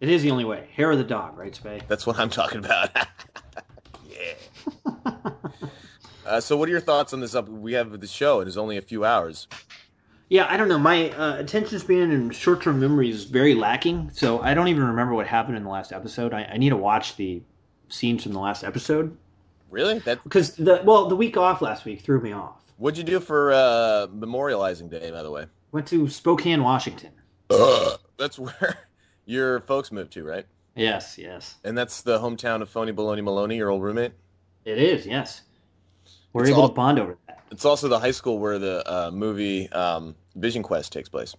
it is the only way. Hair of the dog, right, Spay?
That's what I'm talking about. yeah. uh, so, what are your thoughts on this? Up, we have the show, and it's only a few hours.
Yeah, I don't know. My uh, attention span and short term memory is very lacking, so I don't even remember what happened in the last episode. I, I need to watch the scenes from the last episode
Really? That
because the well, the week off last week threw me off.
what'd you do for uh, Memorializing Day, by the way?
Went to Spokane, Washington.
That's where your folks moved to, right?
Yes, yes,
And that's the hometown of Phony Baloney Maloney, your old roommate.
it is. Yes, we're
It's
able
all-
to bond over that.
It's also the high school where the uh, movie um, Vision Quest takes place.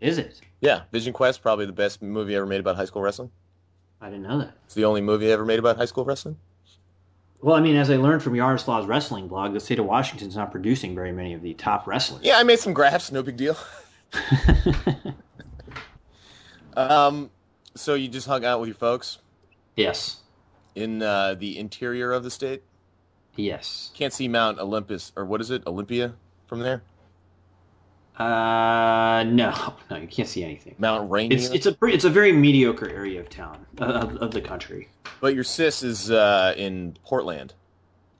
Is it?
Yeah, Vision Quest, probably the best movie ever made about high school wrestling.
I didn't know that.
It's the only movie ever made about high school wrestling.
Well, I mean, as I learned from Yaroslav's wrestling blog, the state of Washington's not producing very many of the top wrestlers.
Yeah, I made some graphs. No big deal. Um, so you just hung out with your folks
yes,
in uh, the interior of the state.
yes.
Can't see Mount Olympus or what is it, Olympia, from there?
Uh, no, no, you can't see anything.
Mount Rainier.
It's it's a pre- it's a very mediocre area of town uh, of, of the country.
But your sis is uh, in Portland,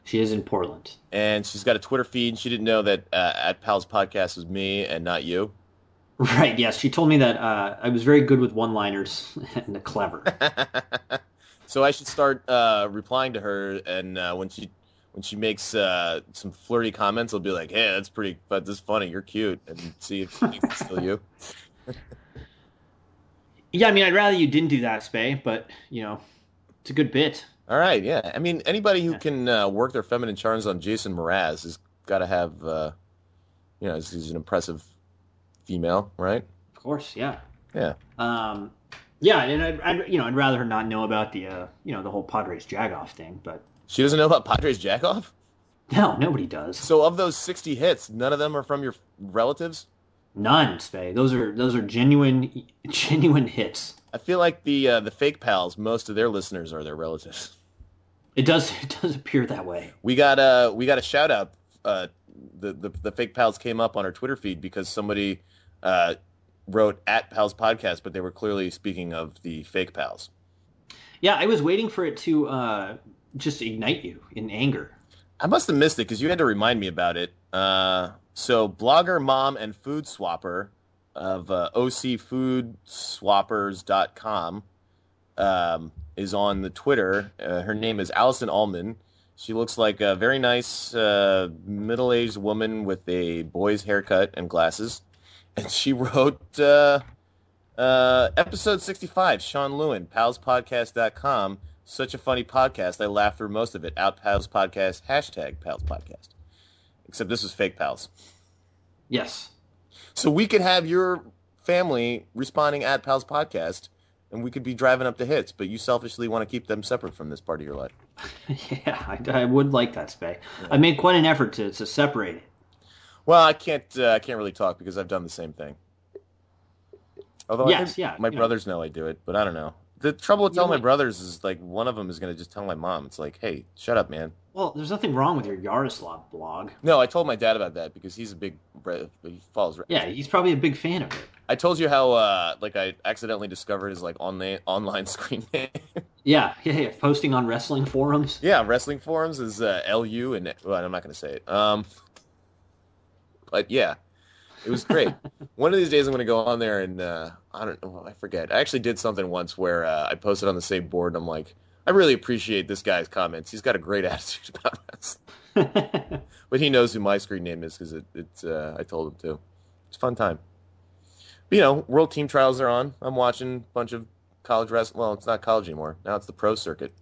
She is in Portland.
and she's got a Twitter feed. And she didn't know that uh, at Pals Podcast was me and not you.
Right. Yes, she told me that uh, I was very good with one-liners and clever.
so I should start uh, replying to her, and uh, when she when she makes uh, some flirty comments, I'll be like, "Hey, that's pretty, but this is funny. You're cute," and see if she thinks it's still you.
yeah, I mean, I'd rather you didn't do that, Spay, but you know, it's a good bit.
All right, yeah. I mean, anybody who
Yeah.
can uh, work their feminine charms on Jason Mraz has got to have, uh, you know, he's, he's an impressive female, right?
Of course. Yeah.
Yeah.
Um, yeah, and I'd, I'd you know I'd rather her not know about the uh, you know the whole Padres jagoff thing, but
She doesn't know about Padres Jackoff.
no, nobody does.
So of those sixty hits, none of them are from your relatives.
None, Spay. Those are those are genuine genuine hits.
I feel like the uh, the fake pals, most of their listeners are their relatives.
It does it does appear that way.
We got a we got a shout out. Uh, the, the the fake pals came up on our Twitter feed because somebody uh, wrote at pals podcast, but they were clearly speaking of the fake pals.
Yeah, I was waiting for it to uh, just ignite you in anger.
I must have missed it because you had to remind me about it. Uh, so blogger mom and food swapper of uh, ocfoodswappers.com um, is on the Twitter. Uh, her name is Allison Allman. She looks like a very nice uh, middle-aged woman with a boy's haircut and glasses. And she wrote uh, uh, episode 65, Sean Lewin, palspodcast.com. Such a funny podcast. I laughed through most of it. Out pals podcast, hashtag pals podcast. Except this was fake pals.
Yes.
So we could have your family responding at pals podcast, and we could be driving up the hits, but you selfishly want to keep them separate from this part of your life.
Yeah, I, I would like that spay. I made quite an effort to, to separate it.
Well, I can't. Uh, I can't really talk because I've done the same thing. Although I
Yes,
think
yeah,
my
you know.
brothers know I do it, but I don't know. The trouble with
You
telling my
might.
brothers is like one of them is going to just tell my mom. It's like, hey, shut up, man.
Well, there's nothing wrong with your Yaroslav blog.
No, I told my dad about that because he's a big bre- he follows.
Yeah, he's probably a big fan of it.
I told you how uh, like I accidentally discovered his like online online screen name.
Yeah, yeah, yeah. Posting on wrestling forums.
yeah, wrestling forums is uh, LU and well, I'm not going to say it. Um, but yeah, it was great. One of these days, I'm going to go on there and uh, I don't know, I forget. I actually did something once where uh, I posted on the same board and I'm like, I really appreciate this guy's comments. He's got a great attitude about wrestling, but he knows who my screen name is because it, it's uh, I told him to. It's a fun time. But, you know, World Team Trials are on. I'm watching a bunch of college wrestling. Well, it's not college anymore. Now it's the pro circuit.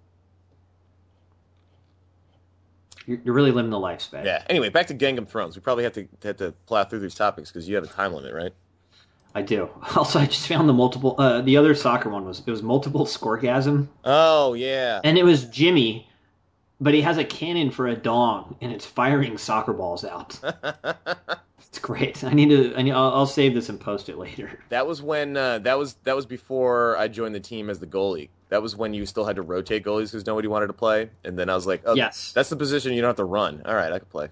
you're, you're really living the life spay.
Yeah. Anyway, back to Gangnam Thrones. We probably have to have to plow through these topics because you have a time limit, right?
I do. Also, I just found the multiple. Uh, the other soccer one was it was multiple scorgasm,
Oh yeah.
and it was Jimmy, but he has a cannon for a dong, and it's firing soccer balls out. It's great. I need to. I need, I'll, I'll save this and post it later.
that was when uh, that was that was before I joined the team as the goalie. That was when you still had to rotate goalies because nobody wanted to play. And then I was like, oh,
Yes.
that's the position you don't have to run. All right, I can play.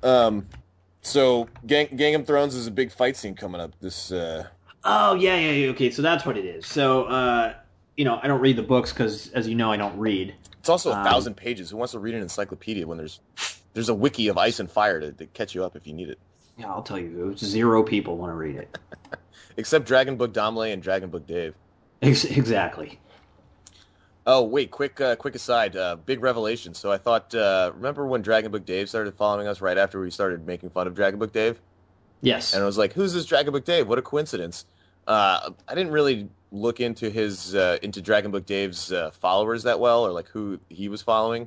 um, so Gang- Gangnam Thrones is a big fight scene coming up. This uh,
Oh yeah, yeah, yeah. Okay, so that's what it is. So, uh, you know, I don't read the books because, as you know, I don't read.
it's also a
Um,
thousand pages. Who wants to read an encyclopedia when there's There's a wiki of ice and fire to, to catch you up if you need it.
Yeah, I'll tell you, it's zero people want to read it.
Except Dragon Book Domley and Dragon Book Dave.
Ex- exactly.
Oh wait, quick, uh, quick aside, uh, big revelation. So I thought, uh, remember when Dragon Book Dave started following us right after we started making fun of Dragon Book Dave?
Yes.
and I was like, "Who's this Dragon Book Dave? What a coincidence!" Uh, I didn't really look into his uh, into Dragon Book Dave's uh, followers that well, or like who he was following.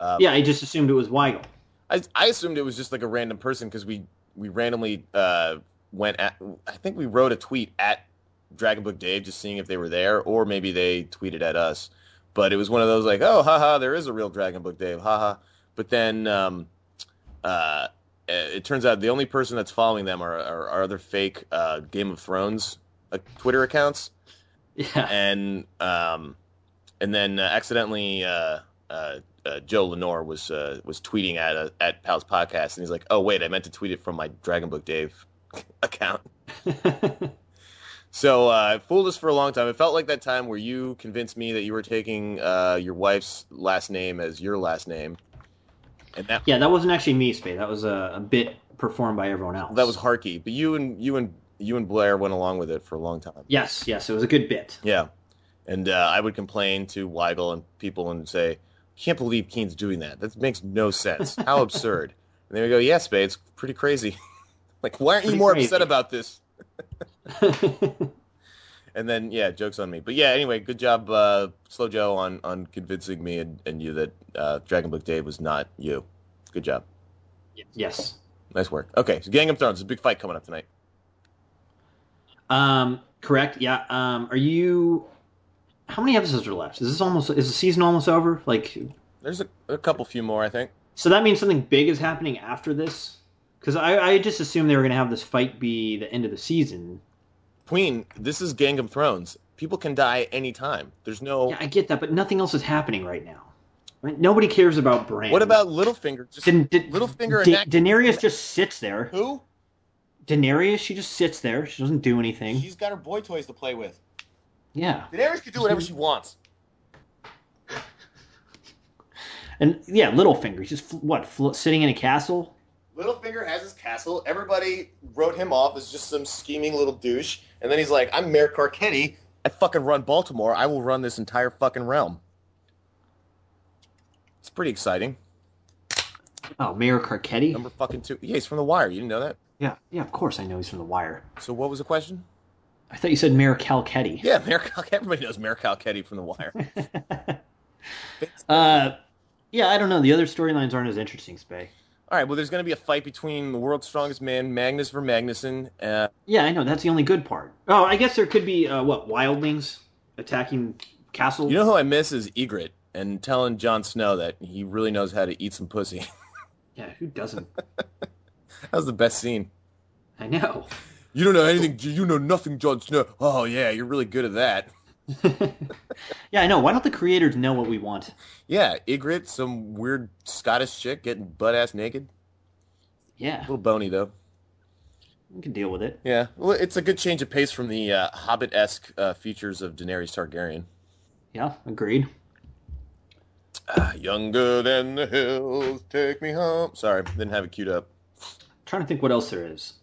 Uh,
yeah, I just assumed it was Weigel.
I, I assumed it was just like a random person because we we randomly uh, went at. I think we wrote a tweet at Dragon Book Dave just seeing if they were there, or maybe they tweeted at us. But it was one of those like, oh, haha, there is a real Dragon Book Dave, haha. But then um, uh, it turns out the only person that's following them are are, are other fake uh, Game of Thrones uh, Twitter accounts
Yeah.
and um, and then uh, accidentally uh, uh, uh, Joe Lenore was uh, was tweeting at uh, at Pal's podcast, and he's like, "Oh wait, I meant to tweet it from my Dragon Book Dave account." So uh, it fooled us for a long time. It felt like that time where you convinced me that you were taking uh, your wife's last name as your last name, and that
yeah, that wasn't actually me, Spade. That was a, a bit performed by everyone else.
that was Harkey. But you and you and you and Blair went along with it for a long time.
Yes, yes, it was a good bit.
Yeah. And uh, I would complain to Weigel and people and say, can't believe Keen's doing that. That makes no sense. How absurd. And they would go, yes, babe, it's pretty crazy. like, why aren't you
Pretty
more
crazy.
upset about this? And then, yeah, joke's on me. But yeah, anyway, good job, uh, Slow Joe, on, on convincing me and, and you that uh, Dragon Book Dave was not you. Good job.
yes.
Nice work. Okay, so Gang of Thrones, there's a big fight coming up tonight.
Um, correct. Yeah. Um, are you? How many episodes are left? Is this almost? Is the season almost over? Like,
There's a, a couple few more, I think.
so that means something big is happening after this. Because I, I just assumed they were going to have this fight be the end of the season.
Queen, this is Gang of Thrones. People can die anytime. There's no.
Yeah, I get that, but nothing else is happening right now. Right? Nobody cares about Bran.
What about Littlefinger? Just
Didn't- did-
Littlefinger
Da-
and
Daenerys just sits there.
Who?
Daenerys, she just sits there. She doesn't do anything.
She's got her boy toys to play with.
Yeah.
Daenerys can do whatever she wants.
And yeah, Littlefinger, he's just fl- what fl- sitting in a castle.
Littlefinger has his castle. Everybody wrote him off as just some scheming little douche. And then he's like, I'm Mayor Carcetti. I fucking run Baltimore. I will run this entire fucking realm. It's pretty exciting.
Oh, Mayor Carcetti.
Number fucking two. Yeah, he's from The Wire. You didn't know that?
yeah, yeah, of course I know he's from The Wire.
So what was the question?
I thought you said Mayor Calcetti.
Yeah, Mayor Cal- Everybody knows Mayor Calcetti from The Wire.
Uh, yeah, I don't know. The other storylines aren't as interesting, Spay.
All right, well, there's going to be a fight between the world's strongest man, Magnus for Magnuson. Uh,
Yeah, I know. That's the only good part. Oh, I guess there could be uh, what wildlings attacking castles.
You know who I miss is Egret and telling Jon Snow that he really knows how to eat some pussy.
yeah, who doesn't?
that was the best scene.
I know.
You don't know anything. You know nothing, Jon Snow. Oh yeah, you're really good at that.
Yeah, I know. Why don't the creators know what we want?
Yeah, Egret, some weird Scottish chick getting butt ass naked. A
Yeah,
little bony though.
we can deal with it.
Yeah, well, it's a good change of pace from the uh, Hobbit esque uh, features of Daenerys Targaryen.
Yeah, agreed.
Ah, younger than the hills, take me home. Sorry, didn't have it queued up.
trying to think what else there is.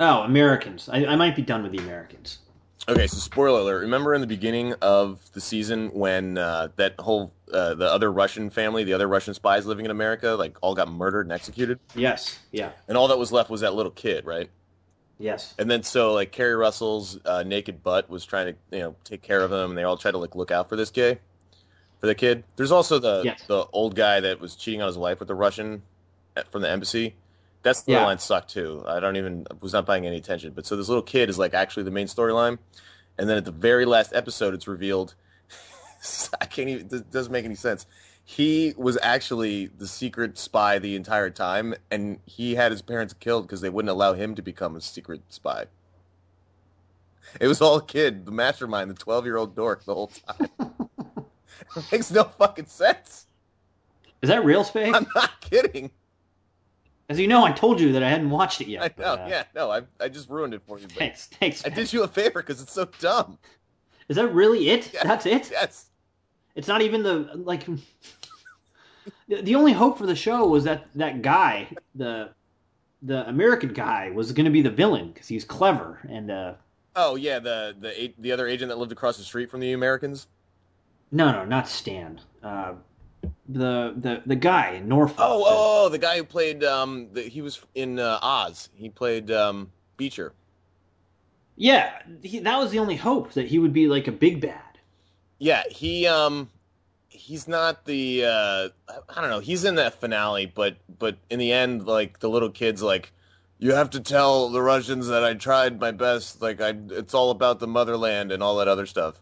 Oh, Americans. I, I might be done with the Americans.
Okay, so spoiler alert. Remember in the beginning of the season when uh, that whole uh, the other Russian family, the other Russian spies living in America, like all got murdered and executed,
Yes. Yeah.
and all that was left was that little kid, right?
Yes.
And then so like Carrie Russell's uh, naked butt was trying to you know take care of him, and they all tried to like look out for this kid, for the kid. There's also the
Yes.
the old guy that was cheating on his wife with the Russian at- from the embassy. That storyline
Yeah.
sucked too. I don't even was not paying any attention. But so this little kid is like actually the main storyline, and then at the very last episode, it's revealed. I can't even. This doesn't make any sense. He was actually the secret spy the entire time, and he had his parents killed because they wouldn't allow him to become a secret spy. It was all a kid, the mastermind, the twelve-year-old dork, the whole time. it makes no fucking sense.
Is that real, Spade?
I'm not kidding.
As you know, I told you that I hadn't watched it yet.
I know.
but, uh,
yeah, no, I, I just ruined it for you. but
Thanks. Thanks.
I
Spade.
did you a favor because it's so dumb.
Is that really it?
Yeah.
That's it.
Yes.
It's not even the like. the the only hope for the show was that that guy, the the American guy, was going to be the villain because he's clever and uh,
Oh yeah, the the a- the other agent that lived across the street from the Americans.
no, no, not Stan. Uh, the the the guy in Norfolk.
Oh, oh, oh the guy who played um, the, he was in uh, Oz. He played um, Beecher.
yeah, he, that was the only hope that he would be like a big bad.
Yeah, he um, he's not the uh, I- I don't know. He's in that finale, but but in the end, like the little kids, like you have to tell the Russians that I tried my best. Like I, it's all about the motherland and all that other stuff.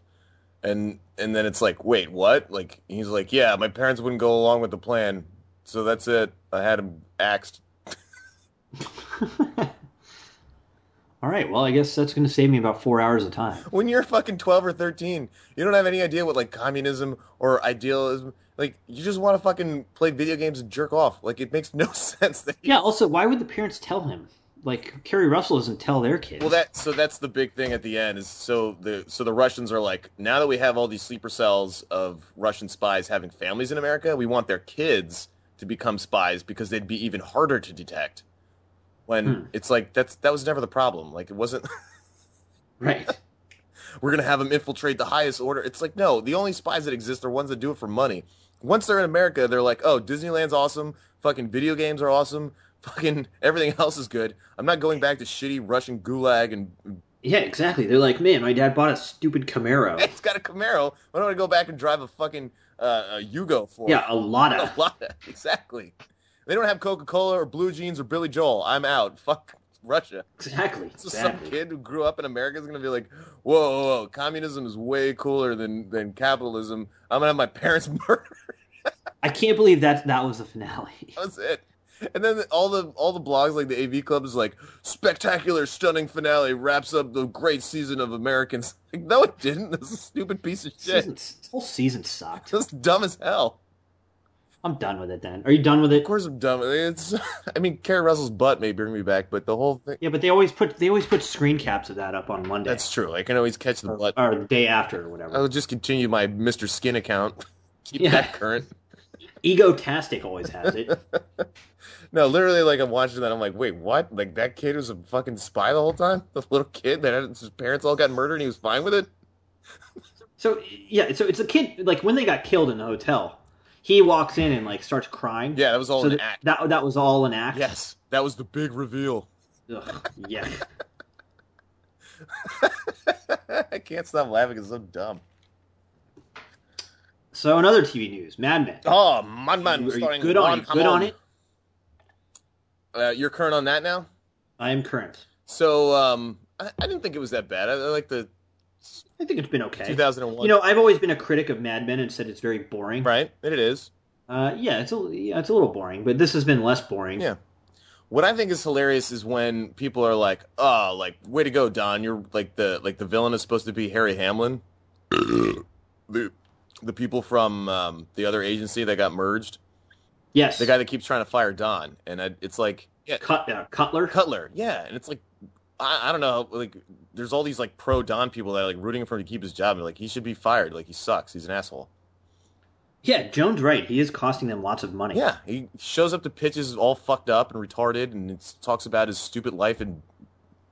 And and then it's like, wait, what? Like he's like, yeah, my parents wouldn't go along with the plan, so that's it. I had him axed.
All right, well, I guess that's going to save me about four hours of time.
when you're fucking 12 or 13 you don't have any idea what like communism or idealism like you just want to fucking play video games and jerk off like it makes no sense that
Yeah. Also, why would the parents tell him? Like Carrie Russell doesn't tell their kids.
well that so that's the big thing at the end is so the so the russians are like now that we have all these sleeper cells of russian spies having families in america we want their kids to become spies because they'd be even harder to detect when
Hmm.
it's like that's that was never the problem like it wasn't
right.
we're gonna have them infiltrate the highest order. It's like, no, the only spies that exist are ones that do it for money. Once they're in America, they're like, oh, Disneyland's awesome, fucking video games are awesome, fucking everything else is good. I'm not going back to shitty Russian gulag and
Yeah, exactly. They're like, man, my dad bought a stupid Camaro.
it's got a Camaro. I don't want to go back and drive a fucking uh, a Yugo for
Yeah, a lot
a
of.
lot exactly. They don't have Coca Cola or blue jeans or Billy Joel. I'm out. Fuck Russia.
Exactly.
So some
exactly.
kid who grew up in America is gonna be like, whoa, whoa, whoa, communism is way cooler than than capitalism. I'm gonna have my parents murdered.
I can't believe that that was the finale.
That was it. And then all the all the blogs like the AV Club is like spectacular, stunning finale wraps up the great season of Americans. Like, no, it didn't. This is a stupid piece of shit.
Season, this whole season sucked.
That's dumb as hell.
I'm done with it. Then are you done with it?
Of course, I'm dumb. It's I mean, Carrie Russell's butt may bring me back, but the whole thing.
Yeah, but they always put they always put screen caps of that up on Monday
That's true. Oh, I can always catch the
or,
butt.
or the day after or whatever.
I'll just continue my Mr. Skin account. Keep
Yeah.
that current.
Egotastic always has it.
No, literally, like I'm watching that, I'm like, wait, what? Like that kid was a fucking spy the whole time. The little kid that had, his parents all got murdered, and he was fine with it.
So yeah, so it's a kid like when they got killed in the hotel, he walks in and like starts crying.
Yeah, that was all
so
an
th-
act.
that that was all an act.
Yes, that was the big reveal.
Ugh, yeah.
I can't stop laughing. It's so dumb.
So another TV news, Mad Men.
Oh, Mad Men.
Are you
starring
good on
Juan
it? Good on
Ramon.
it.
Uh, you're current on that now.
I am current.
So um, I, I didn't think it was that bad. I, I like the
I think it's been okay.
2001.
You know, I've always been a critic of Mad Men and said it's very boring.
right? It is.
Uh, yeah, it's a yeah, it's a little boring, but this has been less boring.
Yeah. What I think is hilarious is when people are like, "Oh, like way to go, Don! You're like the like the villain is supposed to be Harry Hamlin, the the people from um, the other agency that got merged,
Yes.
the guy that keeps trying to fire Don." And I, it's like, yeah,
Cut, uh, Cutler.
Cutler, yeah, and it's like, I, I don't know, like there's all these like pro Don people that are like rooting for him to keep his job, and like he should be fired, like he sucks, he's an asshole.
Yeah, Joan's right. He is costing them lots of money.
Yeah, he shows up to pitches all fucked up and retarded, and it's, talks about his stupid life in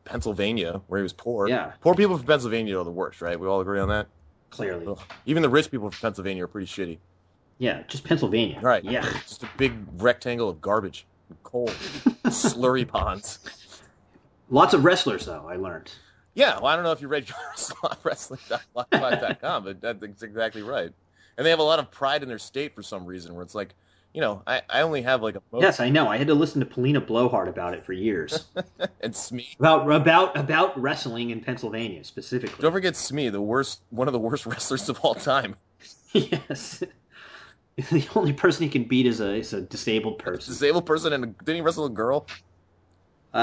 Pennsylvania where he was poor.
Yeah.
poor people from Pennsylvania are the worst, right? We all agree on that.
Clearly.
Ugh. Even the rich people from Pennsylvania are pretty shitty.
Yeah, just Pennsylvania.
Right?
Yeah.
just a big rectangle of garbage, coal, slurry ponds.
Lots of wrestlers, though. I learned.
Yeah, well, I don't know if you read wrestling.blogspot.com, but that's exactly right. And they have a lot of pride in their state for some reason, where it's like, you know, I, I only have like a vote
Yes, I know. I had to listen to Polina Blowhard about it for years.
and Smee.
about about about wrestling in Pennsylvania specifically.
Don't forget Smee, the worst, one of the worst wrestlers of all time.
yes. The only person he can beat is a is a disabled person.
Disabled person, and didn't he wrestle a girl?
Uh,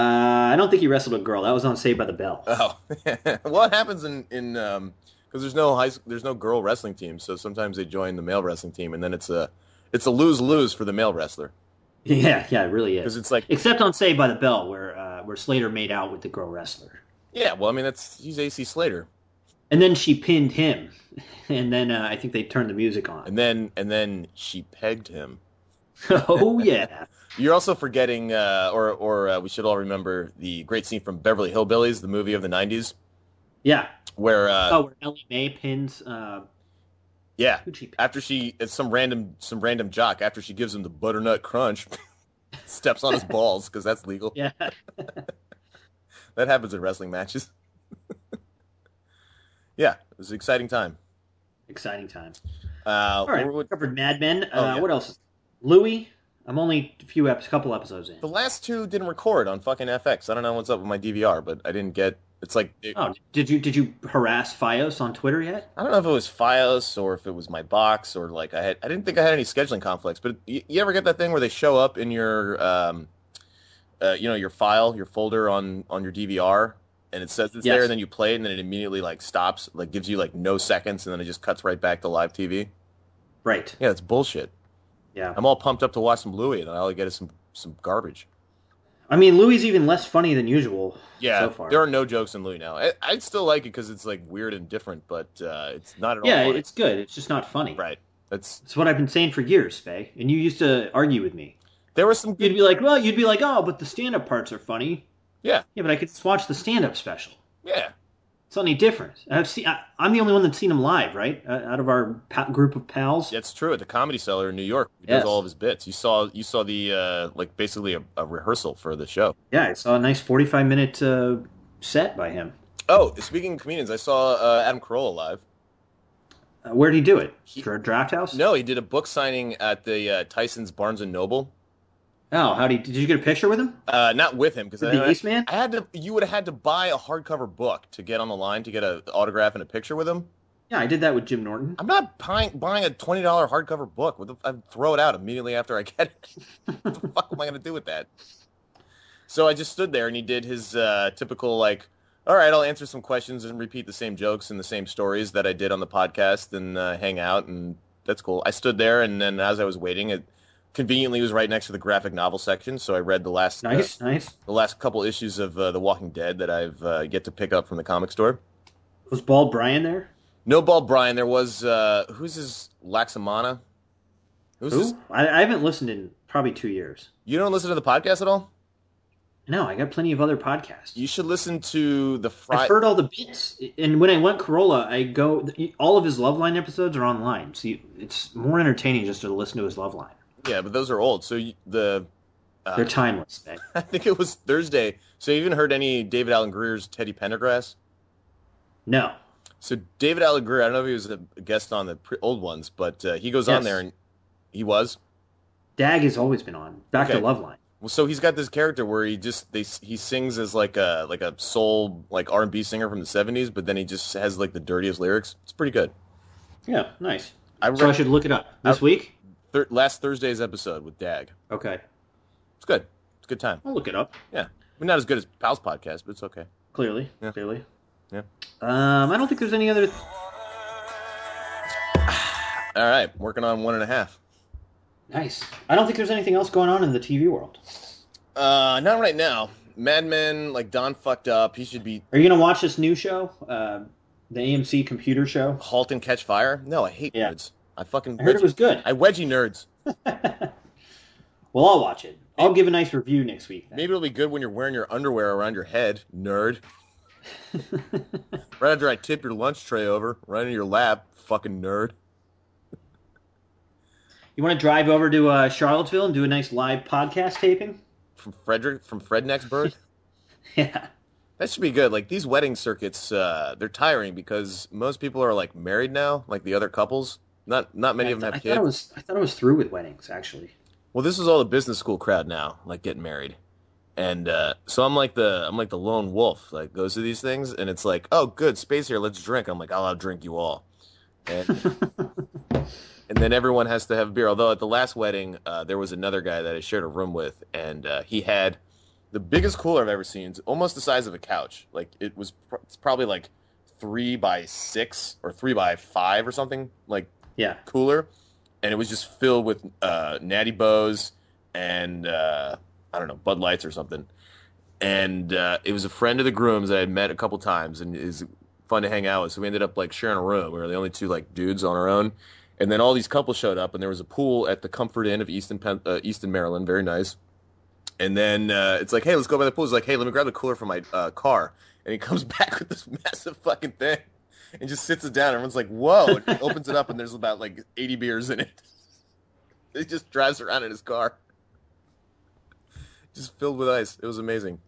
I don't think he wrestled a girl. That was on Saved by the Bell.
Oh, what happens in in um 'cause because there's no high, s- there's no girl wrestling team, so sometimes they join the male wrestling team, and then it's a it's a lose lose for the male wrestler
Yeah, yeah, it really
because
is.
it's like
Except on Saved by the Bell, where uh, where Slater made out with the girl wrestler,
yeah, well, I mean that's he's AC Slater.
and then she pinned him, and then uh, I think they turned the music on.
And then and then she pegged him.
oh yeah.
You're also forgetting, uh, or or uh, we should all remember the great scene from Beverly Hillbillies, the movie of the '90s,
Yeah.
where uh,
oh, where Ellie Mae pins uh,
yeah,
Gucci.
after she it's some random some random jock after she gives him the butternut crunch, steps on his balls because that's legal.
Yeah.
That happens in wrestling matches. yeah, it was an exciting time.
Exciting time.
Uh,
All right,
what-
we covered Mad Men. Uh,
Oh, yeah.
What else? Louis. I'm only a few episodes, couple episodes in.
The last two didn't record on fucking FX. I don't know what's up with my DVR, but I didn't get. It's like it-
Oh, did you did you harass Fios on Twitter yet?
I don't know if it was FiOS or if it was my box or like I had. I didn't think I had any scheduling conflicts. But you, you ever get that thing where they show up in your, um, uh, you know, your file, your folder on on your DVR, and it says it's
Yes.
there, and then you play it, and then it immediately like stops, like gives you like no seconds, and then it just cuts right back to live TV.
Right.
Yeah, that's bullshit.
Yeah.
I'm all pumped up to watch some Louis, and all I get is some some garbage.
I mean, Louis is even less funny than usual.
Yeah,
So far.
there are no jokes in Louis now. I, I still like it because it's like weird and different, but uh, it's not at all.
Yeah,
funny.
it's good. It's just not funny.
right. That's
It's what I've been saying for years, Faye. And you used to argue with me.
there were some
You'd
good.
be like, "Well, you'd be like, oh, but the stand-up parts are funny."
Yeah.
Yeah, but I could just watch the stand-up special.
Yeah,
It's only different. I've seen. I, I'm the only one that's seen him live, right? Uh, out of our pa- group of pals.
that's true. At the Comedy Cellar in New York, he
Yes.
does all of his bits. You saw you saw the uh, like basically a, a rehearsal for the show.
Yeah, I saw a nice 45 minute uh, set by him.
Oh, speaking of comedians, I saw uh, Adam Carolla live.
Uh, where'd he do it?
He-
Dra- Draft House?
No, he did a book signing at the uh, Tyson's Barnes and Noble.
Oh, how did did you get a picture with him?
Uh, not with him because
With the
I,
East Man?
I had to. You would have had to buy a hardcover book to get on the line to get an autograph and a picture with him.
Yeah, I did that with Jim Norton.
I'm not buying buying a twenty dollar hardcover book. With I throw it out immediately after I get it. what the fuck am I gonna do with that? So I just stood there and he did his uh, typical like, all right, I'll answer some questions and repeat the same jokes and the same stories that I did on the podcast and uh, hang out and that's cool. I stood there and then as I was waiting, it conveniently was right next to the graphic novel section, so I read the last uh,
Nice, nice.
the last couple issues of uh, The Walking Dead that I've uh, yet to pick up from the comic store.
Was Bald Brian there?
No ball, Brian. There was uh who's his Laxamana? Who's his?
Who? I, I haven't listened in probably two years.
You don't listen to the podcast at all?
No, I got plenty of other podcasts.
You should listen to the
I've
Friday.
heard all the bits, and when I went Corolla, I go all of his Love Line episodes are online, so you, it's more entertaining just to listen to his Love Line.
Yeah, but those are old. So you, the
They're
uh,
timeless. Man.
I think it was Thursday. So you even heard any David Allen Greer's Teddy Pendergrass?
No,
So David Allen Greer, I don't know if he was a guest on the pre- old ones, but uh, he goes on
Yes.
there and he was.
Dag has always been on. Back to
Okay.
Love Line.
Well, so he's got this character where he just they he sings as like a like a soul like R and B singer from the '70s, but then he just has like the dirtiest lyrics. It's pretty good.
Yeah, nice.
I
So I
read
should look it up this week.
thir- last Thursday's episode with Dag.
Okay,
It's good. It's a good time.
I'll look it up.
I mean, not as good as Pal's podcast, but it's okay.
Clearly,
Yeah.
clearly.
Yeah.
Um, I don't think there's any other.
All right, working on one and a half.
Nice. I don't think there's anything else going on in the TV world.
Uh, not right now. Mad Men, like Don fucked up. He should be
Are you gonna watch this new show, uh, the AMC computer show?
halt and catch fire. No, I hate
Yeah.
nerds. I fucking
I heard
wedgie-
it was good.
I wedgie nerds.
well, I'll watch it. I'll give a nice review next week. then.
Maybe it'll be good when you're wearing your underwear around your head, nerd. Right after I tip your lunch tray over, right in your lap, fucking nerd.
you want to drive over to uh, Charlottesville and do a nice live podcast taping?
From Frederick, from Fred Nexburg.
Yeah.
That should be good. Like these wedding circuits, uh, they're tiring because most people are like married now, like the other couples. Not not many
I
of them
thought-
have
I
kids.
thought it was. I thought it was through with weddings, actually.
Well, this is all the business school crowd now, like getting married, and uh, so I'm like the I'm like the lone wolf that goes to these things, and it's like, oh, good space here, let's drink. I'm like, I'll outdrink you all, and, and then everyone has to have beer. Although at the last wedding, uh, there was another guy that I shared a room with, and uh, he had the biggest cooler I've ever seen, It's almost the size of a couch. Like it was, pr- it's probably like three by six or three by five or something, like
Yeah.
cooler, and it was just filled with uh, Natty Bows and uh, I don't know Bud Lights or something. And uh, it was a friend of the groom's that I had met a couple times and is fun to hang out with. So we ended up like sharing a room. We were the only two like dudes on our own, And then all these couples showed up, and there was a pool at the Comfort Inn of Easton, Pen- uh, Easton Maryland. Very nice. And then uh, it's like, hey, let's go by the pool. He's like, hey, let me grab the cooler from my uh, car. And he comes back with this massive fucking thing and just sits it down. Everyone's like, whoa. And he opens it up, and there's about like 80 beers in it. he just drives around in his car, just filled with ice. It was amazing.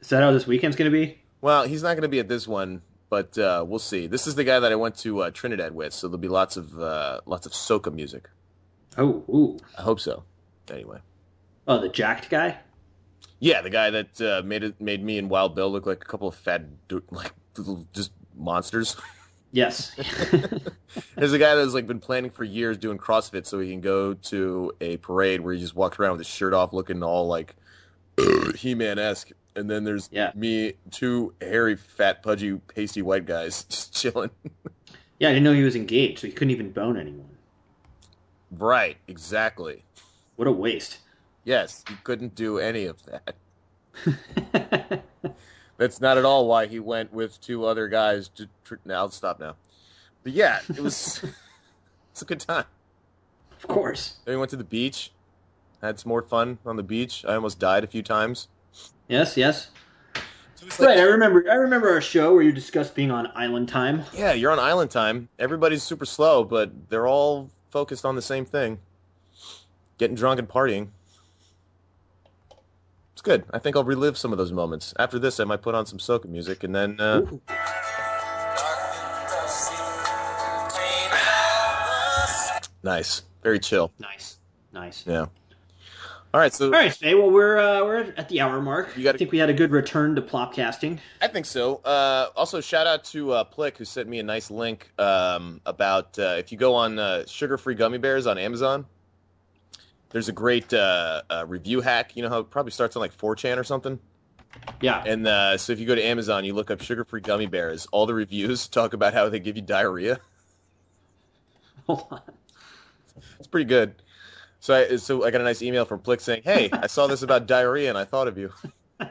Is that how this weekend's going to be?
Well, he's not going to be at this one, but uh, we'll see. This is the guy that I went to uh, Trinidad with, so there'll be lots of uh, lots of soca music.
Oh, ooh.
I hope so. Anyway,
Oh, the jacked guy?
yeah, the guy that uh, made it made me and Wild Bill look like a couple of fat du- like little just monsters.
Yes.
There's a guy that's like been planning for years doing CrossFit so he can go to a parade where he just walks around with his shirt off, looking all like He-Man esque. And then there's
Yeah.
me, two hairy, fat, pudgy, pasty white guys just chilling.
yeah, I didn't know he was engaged, so he couldn't even bone anyone.
Right, exactly.
What a waste.
Yes, he couldn't do any of that. That's not at all why he went with two other guys to. Tr- now I'll stop now. But yeah, it was. it's a good time.
of course.
Then we went to the beach, had some more fun on the beach. I almost died a few times.
Yes, yes.
It was like,
Right, I remember I remember our show where you discussed being on island time.
yeah, you're on island time. Everybody's super slow, but they're all focused on the same thing: getting drunk and partying. It's good. I think I'll relive some of those moments. After this, I might put on some soca music, and then uh,
Ooh.
nice, very chill.
Nice. Nice.
Yeah. All right, so
All right, Faye, well we're uh, we're at the hour mark.
You gotta-
I think we had a good return to plopcasting.
I think so. Uh, also, shout out to uh, Plick who sent me a nice link um, about uh, if you go on uh, sugar-free gummy bears on Amazon. There's a great uh, uh, review hack. You know how it probably starts on like 4chan or something.
Yeah.
And uh, so if you go to Amazon, you look up sugar-free gummy bears. All the reviews talk about how they give you diarrhea.
Hold on.
It's pretty good. So I so I got a nice email from Plick saying, "Hey, I saw this about diarrhea and I thought of you."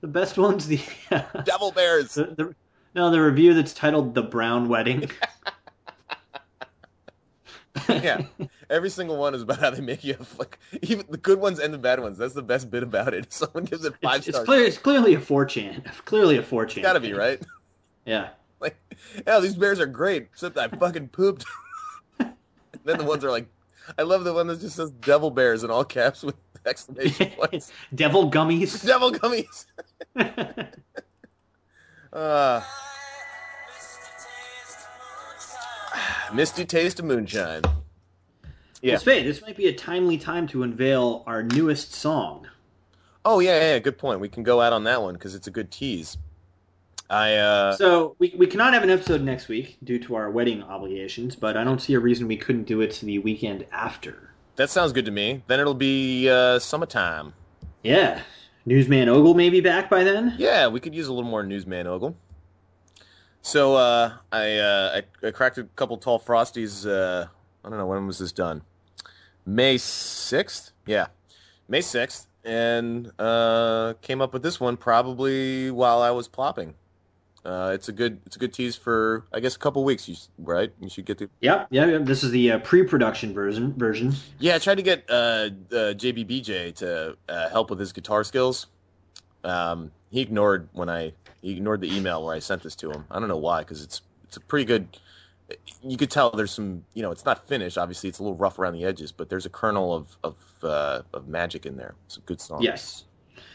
The best one's the, the,
Devil bears.
the no the review that's titled "The Brown Wedding."
yeah. Every single one is about how they make you have like even the good ones and the bad ones. That's the best bit about it. Someone gives it five
It's, it's,
stars.
clear, it's clearly a four chan. Clearly a four chan.
It's gotta be right.
Yeah.
Like, yeah, these bears are great. Except I fucking pooped. and then the ones are like, I love the one that just says "devil bears" in all caps with exclamation points.
Devil gummies.
devil gummies. Uh, misty taste of moonshine. Yeah.
Well, Spade, this might be a timely time to unveil our newest song.
Oh yeah, yeah, yeah, good point. We can go out on that one because it's a good tease. I uh,
So we, we cannot have an episode next week due to our wedding obligations, but I don't see a reason we couldn't do it the weekend after.
that sounds good to me. Then it'll be uh, summertime.
Yeah. Newsman Ogle may be back by then.
Yeah, we could use a little more newsman ogle. So uh, I, uh, I I cracked a couple tall frosties. Uh, I don't know when was this done. May sixth, yeah, May sixth, and uh, came up with this one probably while I was plopping. Uh, it's a good it's a good tease for I guess a couple weeks. You s- right? You should get the
Yep, yep, yep. This is the uh, pre-production version. Version.
yeah. I tried to get uh, uh, JBBJ to uh, help with his guitar skills. um, he ignored when I he ignored the email where I sent this to him. I don't know why because it's it's a pretty good. You could tell there's some you know it's not finished. Obviously, it's a little rough around the edges, but there's a kernel of of uh, of magic in there. It's a good song.
Yes.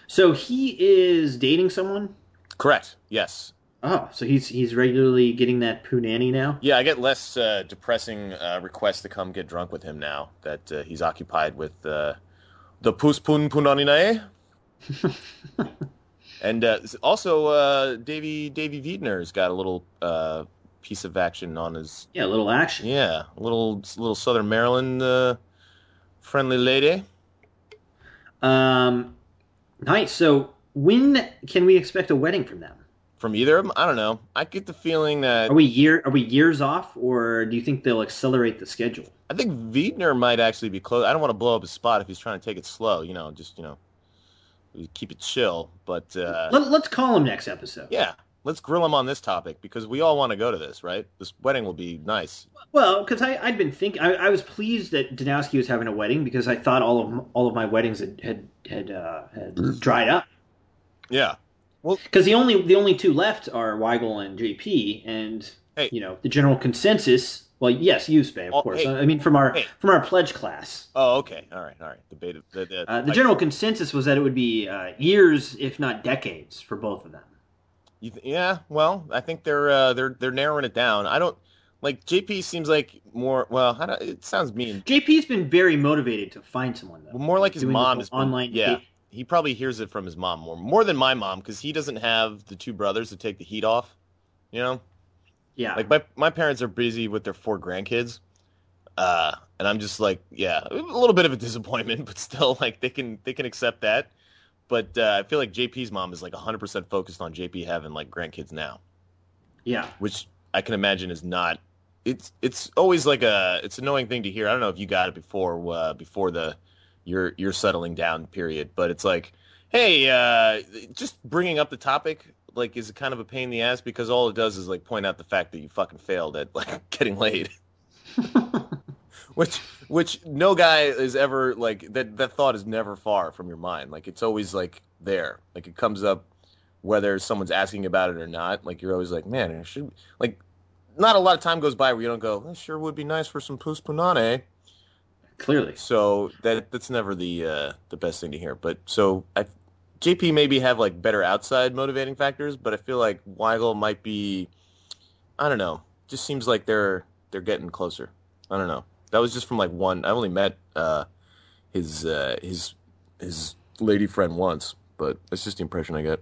So he is dating someone.
correct. Yes,
Oh, so he's he's regularly getting that poo nanny now.
yeah. I get less uh, depressing uh, requests to come get drunk with him now that uh, he's occupied with uh, the puspun punaninae. And uh, s- also, uh, Davy Davy Wiedner's got a little uh, piece of action on his
Yeah, a little action.
Yeah, little little Southern Maryland uh, friendly lady.
Um, nice. So when can we expect a wedding from them?
From either of them, I don't know. I get the feeling that
Are we year are we years off, or do you think they'll accelerate the schedule?
I think Wiedner might actually be close. I don't want to blow up his spot if he's trying to take it slow. You know, just you know, keep it chill. But uh,
Let, let's call him next episode.
yeah, let's grill him on this topic because we all want to go to this, right? This wedding will be nice.
Well, because I I'd been thinking I, I was pleased that Danowski was having a wedding because I thought all of m- all of my weddings had had had, uh,
Mm-hmm.
had dried up
Yeah.
because the only the only two left are Weigel and JP and
Hey.
you know the general consensus. Well, yes, you Spay, of
Oh,
course.
hey.
I mean from our
Hey.
from our pledge class.
Oh, okay. All right. All right. The beta. The, the,
Uh, the
I-
general consensus was that it would be uh, years, if not decades, for both of them.
You th- yeah, well, I think they're uh, they're they're narrowing it down. I don't like JP seems like more. Well, I don't, it sounds mean.
JP's been very motivated to find someone though.
Well, more like his
doing the
mom
whole
is
online.
Yeah,
date.
he probably hears it from his mom more more than my mom because he doesn't have the two brothers to take the heat off. You know,
yeah.
like my my parents are busy with their four grandkids, uh, and I'm just like, yeah, a little bit of a disappointment, but still, like they can they can accept that. But uh, I feel like JP's mom is like 100% focused on JP having like grandkids now.
yeah.
which I can imagine is not. It's it's always like a it's an annoying thing to hear. I don't know if you got it before uh, before the your your settling down period, but it's like, hey, uh, just bringing up the topic like is kind of a pain in the ass because all it does is like point out the fact that you fucking failed at like getting laid. which which no guy is ever like that that thought is never far from your mind like it's always like there like it comes up whether someone's asking about it or not like you're always like man I should like not a lot of time goes by where you don't go "That sure would be nice for some pus punane
Clearly.
so that that's never the uh the best thing to hear but so i jp maybe have like better outside motivating factors but i feel like weigel might be i don't know just seems like they're they're getting closer i don't know that was just from like one i only met uh his uh his his lady friend once but that's just the impression i get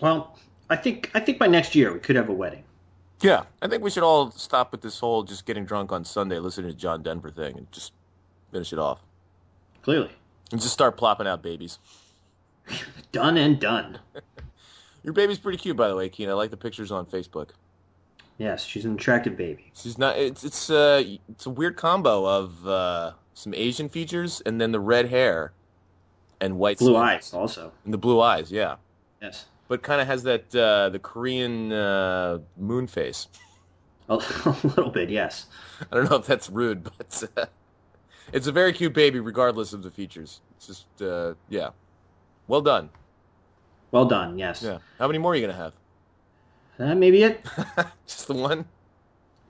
Well, I think I think by next year we could have a wedding.
yeah i think we should all stop with this whole just getting drunk on sunday listening to john denver thing and just finish it off
Clearly.
and just start plopping out babies
Done and done.
Your baby's pretty cute, by the way, Keen. I like the pictures on Facebook.
Yes, she's an attractive baby.
She's not. It's it's uh it's a weird combo of uh, some Asian features and then the red hair, and white
Blue
skin.
eyes also.
and the blue eyes. Yeah,
Yes.
but kind of has that uh, the Korean uh, moon face.
A, a little bit, yes.
I don't know if that's rude, but uh, it's a very cute baby, regardless of the features. It's just uh, yeah, well done.
Well done, yes.
Yeah, how many more are you gonna
That may be it.
have? just the one.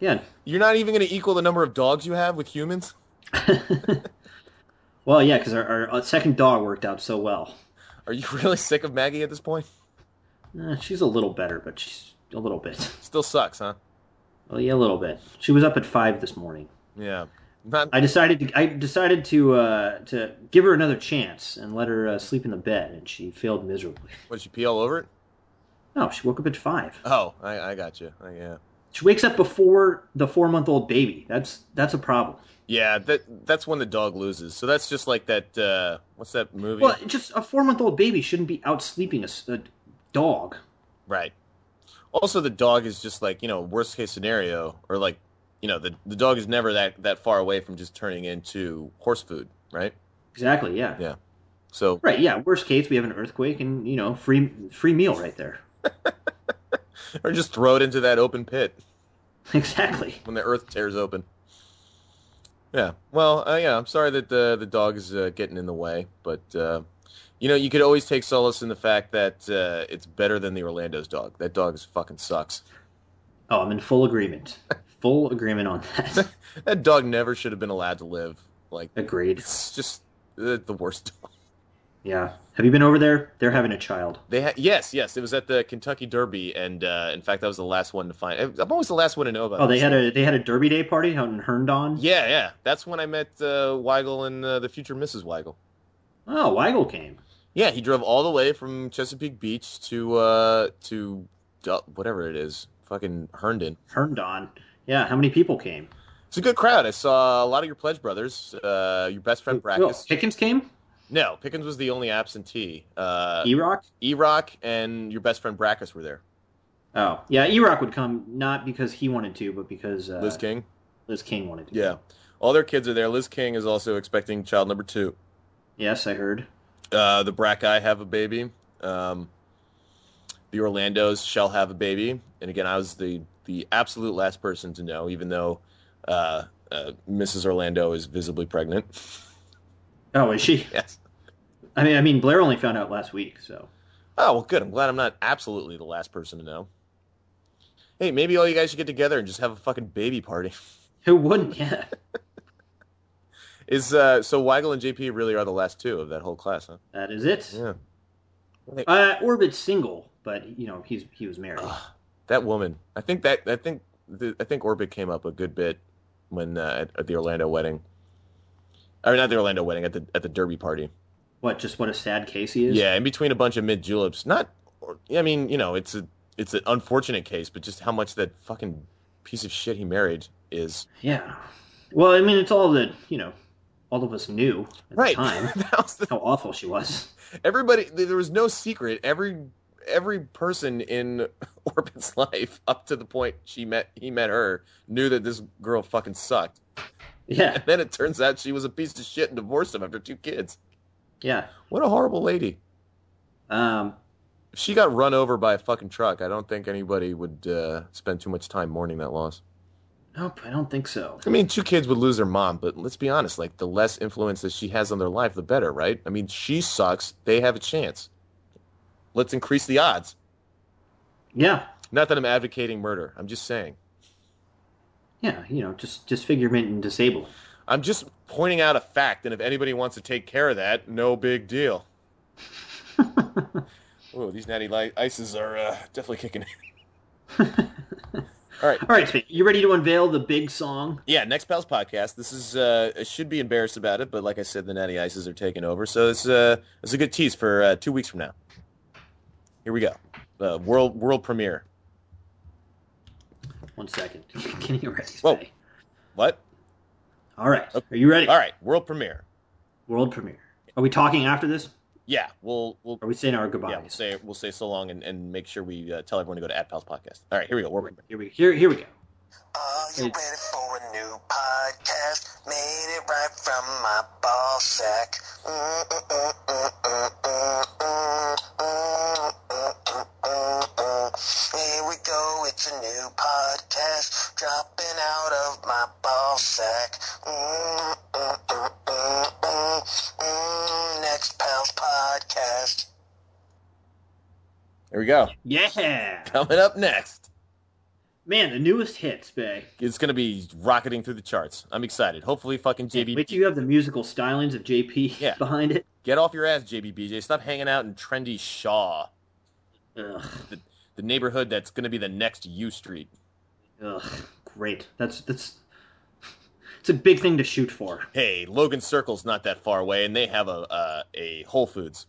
Yeah.
You're not even gonna equal the number of dogs you have with humans.
well, yeah, because our, our, uh, second dog worked out so well.
Are you really sick of Maggie at this point?
Eh, she's a little better, but she's a little bit.
Still sucks, huh?
Well, yeah, a little bit. She was up at five this morning.
Yeah. Not
I decided to I decided to uh, to give her another chance and let her uh, sleep in the bed, and she failed miserably.
what she pee all over it?
No, she woke up at five.
Oh, I, I got you. I, yeah.
She wakes up before the four month old baby. That's that's a problem.
Yeah, that that's when the dog loses. So that's just like that. Uh, what's that movie?
Well, just a four month old baby shouldn't be out sleeping a, s- a dog.
Right. Also, the dog is just like you know worst case scenario, or like you know the the dog is never that that far away from just turning into horse food, right?
Exactly. Yeah.
Yeah. So
Right. Yeah. Worst case, we have an earthquake, and you know, free free meal right there.
or just throw it into that open pit.
Exactly.
when the earth tears open. Yeah. Well, uh, yeah, I'm sorry that the the dog is uh, getting in the way, but uh, you know, you could always take solace in the fact that uh, it's better than the Orlando's dog. That dog is fucking sucks.
Oh, I'm in full agreement. Full agreement on that.
That dog never should have been allowed to live. Like
Agreed.
it's just uh, the, the worst dog.
Yeah. Have you been over there? They're having a child.
They ha- yes, yes, it was at the Kentucky Derby and uh, in fact, I was the last one to find I'm always the last one to know about
Oh, they
this.
had a they had a Derby Day party out in Herndon.
Yeah, yeah. That's when I met uh, Weigel and uh, the future Mrs. Weigel.
Oh, Weigel came.
Yeah, he drove all the way from Chesapeake Beach to uh to Du- whatever it is, fucking Herndon.
Herndon. Yeah. How many people came?
It's a good crowd. I saw a lot of your pledge brothers. Uh, your best friend
Oh,
Brackus.
Pickens came.
No, Pickens was the only absentee. Uh,
E-Rock.
E Rock and your best friend Brackus were there.
Oh, yeah. E-Rock would come not because he wanted to, but because uh,
Liz King.
Liz King wanted to.
Yeah, all their kids are there. Liz King is also expecting child number two.
Yes, I heard.
Uh, the Brack I have a baby. Um, the Orlandos shall have a baby. And again, I was the the absolute last person to know, even though uh, uh, Mrs. Orlando is visibly pregnant.
Oh, is she?
yes.
I mean, I mean, Blair only found out last week, so
Oh well, good. I'm glad I'm not absolutely the last person to know. Hey, maybe all you guys should get together and just have a fucking baby party.
who wouldn't? Yeah.
Is uh, so Weigel and JP really are the last two of that whole class, huh?
That is it.
Yeah.
Uh, Orbit's single, but you know he's he was married.
Ugh, that woman. I think that I think the, I think Orbit came up a good bit when uh, at, at the Orlando wedding. I mean, not the Orlando wedding at the at the Derby party.
What? Just what a sad case he is.
Yeah, in between a bunch of mint juleps. Not. or- I mean, you know, it's a it's an unfortunate case, but just how much that fucking piece of shit he married is.
Yeah. Well, I mean, it's all that you know. All of us knew at
Right.
the time
that was the
how awful she was.
everybody th- there was no secret every every person in orbit's life up to the point she met he met her knew that this girl fucking sucked
Yeah.
and then it turns out she was a piece of shit and divorced him after two kids
Yeah.
what a horrible lady
Um,
if she got run over by a fucking truck i don't think anybody would uh, spend too much time mourning that loss
nope, I don't think so.
i mean two kids would lose their mom but let's be honest like the less influence that she has on their life the better right i mean she sucks they have a chance let's increase the odds
Yeah.
Not that I'm advocating murder. I'm just saying.
Yeah. You know, just disfigurement and disable.
I'm just pointing out a fact, and if anybody wants to take care of that, no big deal. Ooh, these natty li- ices are uh, definitely kicking in. All right.
All right, Spade, you ready to unveil the big song?
Yeah, next pals podcast. This is uh, I should be embarrassed about it, but like I said, the natty ices are taking over, so it's uh, it's a good tease for uh, two weeks from now. Here we go. Uh, world world premiere.
One second. Getting ready.
Whoa.
Spade.
What?
All right.
Okay.
Are you ready?
All right, world premiere.
World premiere. Are we talking after this?
Yeah, we'll we'll
Are we saying our goodbyes?
Yeah, we'll say we'll say so long and, and make sure we uh, tell everyone to go to at pals podcast. All right, here we go. We're,
Right, Here we here here we go.
Are you
It's-
ready for a new podcast? Made it right from my ball sack. Here we go, it's a new podcast dropping out of my ball sack. Next Pals Podcast.
here we go.
Yeah.
Coming up next,
Man, the newest hits, Bay.
it's going to be rocketing through the charts. I'm excited. Hopefully, fucking
Wait
JB,
till you have the musical stylings of JP
Yeah.
behind it.
get off your ass, JBBJ. Stop hanging out in trendy Shaw,
Ugh.
the neighborhood that's going to be the next U Street.
Ugh. Great. That's that's it's a big thing to shoot for.
Hey, Logan Circle's not that far away, and they have a uh, a Whole Foods.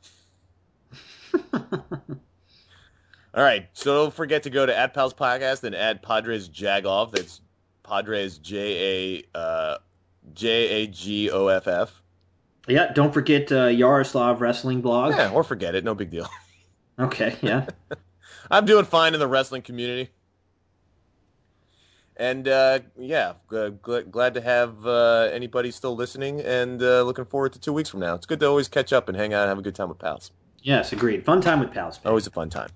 All right, so don't forget to go to at pals podcast and add Padres Jagoff. That's Padres J A uh, J A G O F F.
Yeah, don't forget uh, Yaroslav Wrestling Blog.
Yeah, or forget it, no big deal.
Okay, yeah.
I'm doing fine in the wrestling community. And uh, yeah, g- gl- glad to have uh, anybody still listening, and uh, looking forward to two weeks from now. It's good to always catch up and hang out and have a good time with pals.
yes, agreed. Fun time with pals. Bay.
Always a fun time.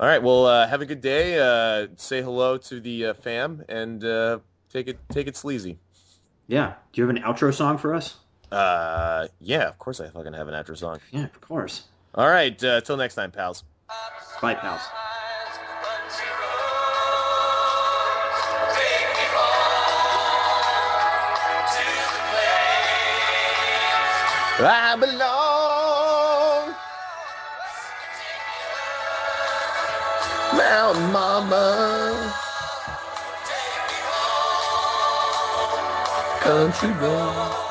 All right. Well, uh, have a good day. Uh, say hello to the uh, fam and uh, take it take it sleazy.
Yeah. Do you have an outro song for us?
Uh, yeah, of course I fucking have an outro song.
Yeah, of course.
All right. Uh, till next time, pals.
Bye, pals.
Take me home to the place.
I belong. Mount Mama. Country boy.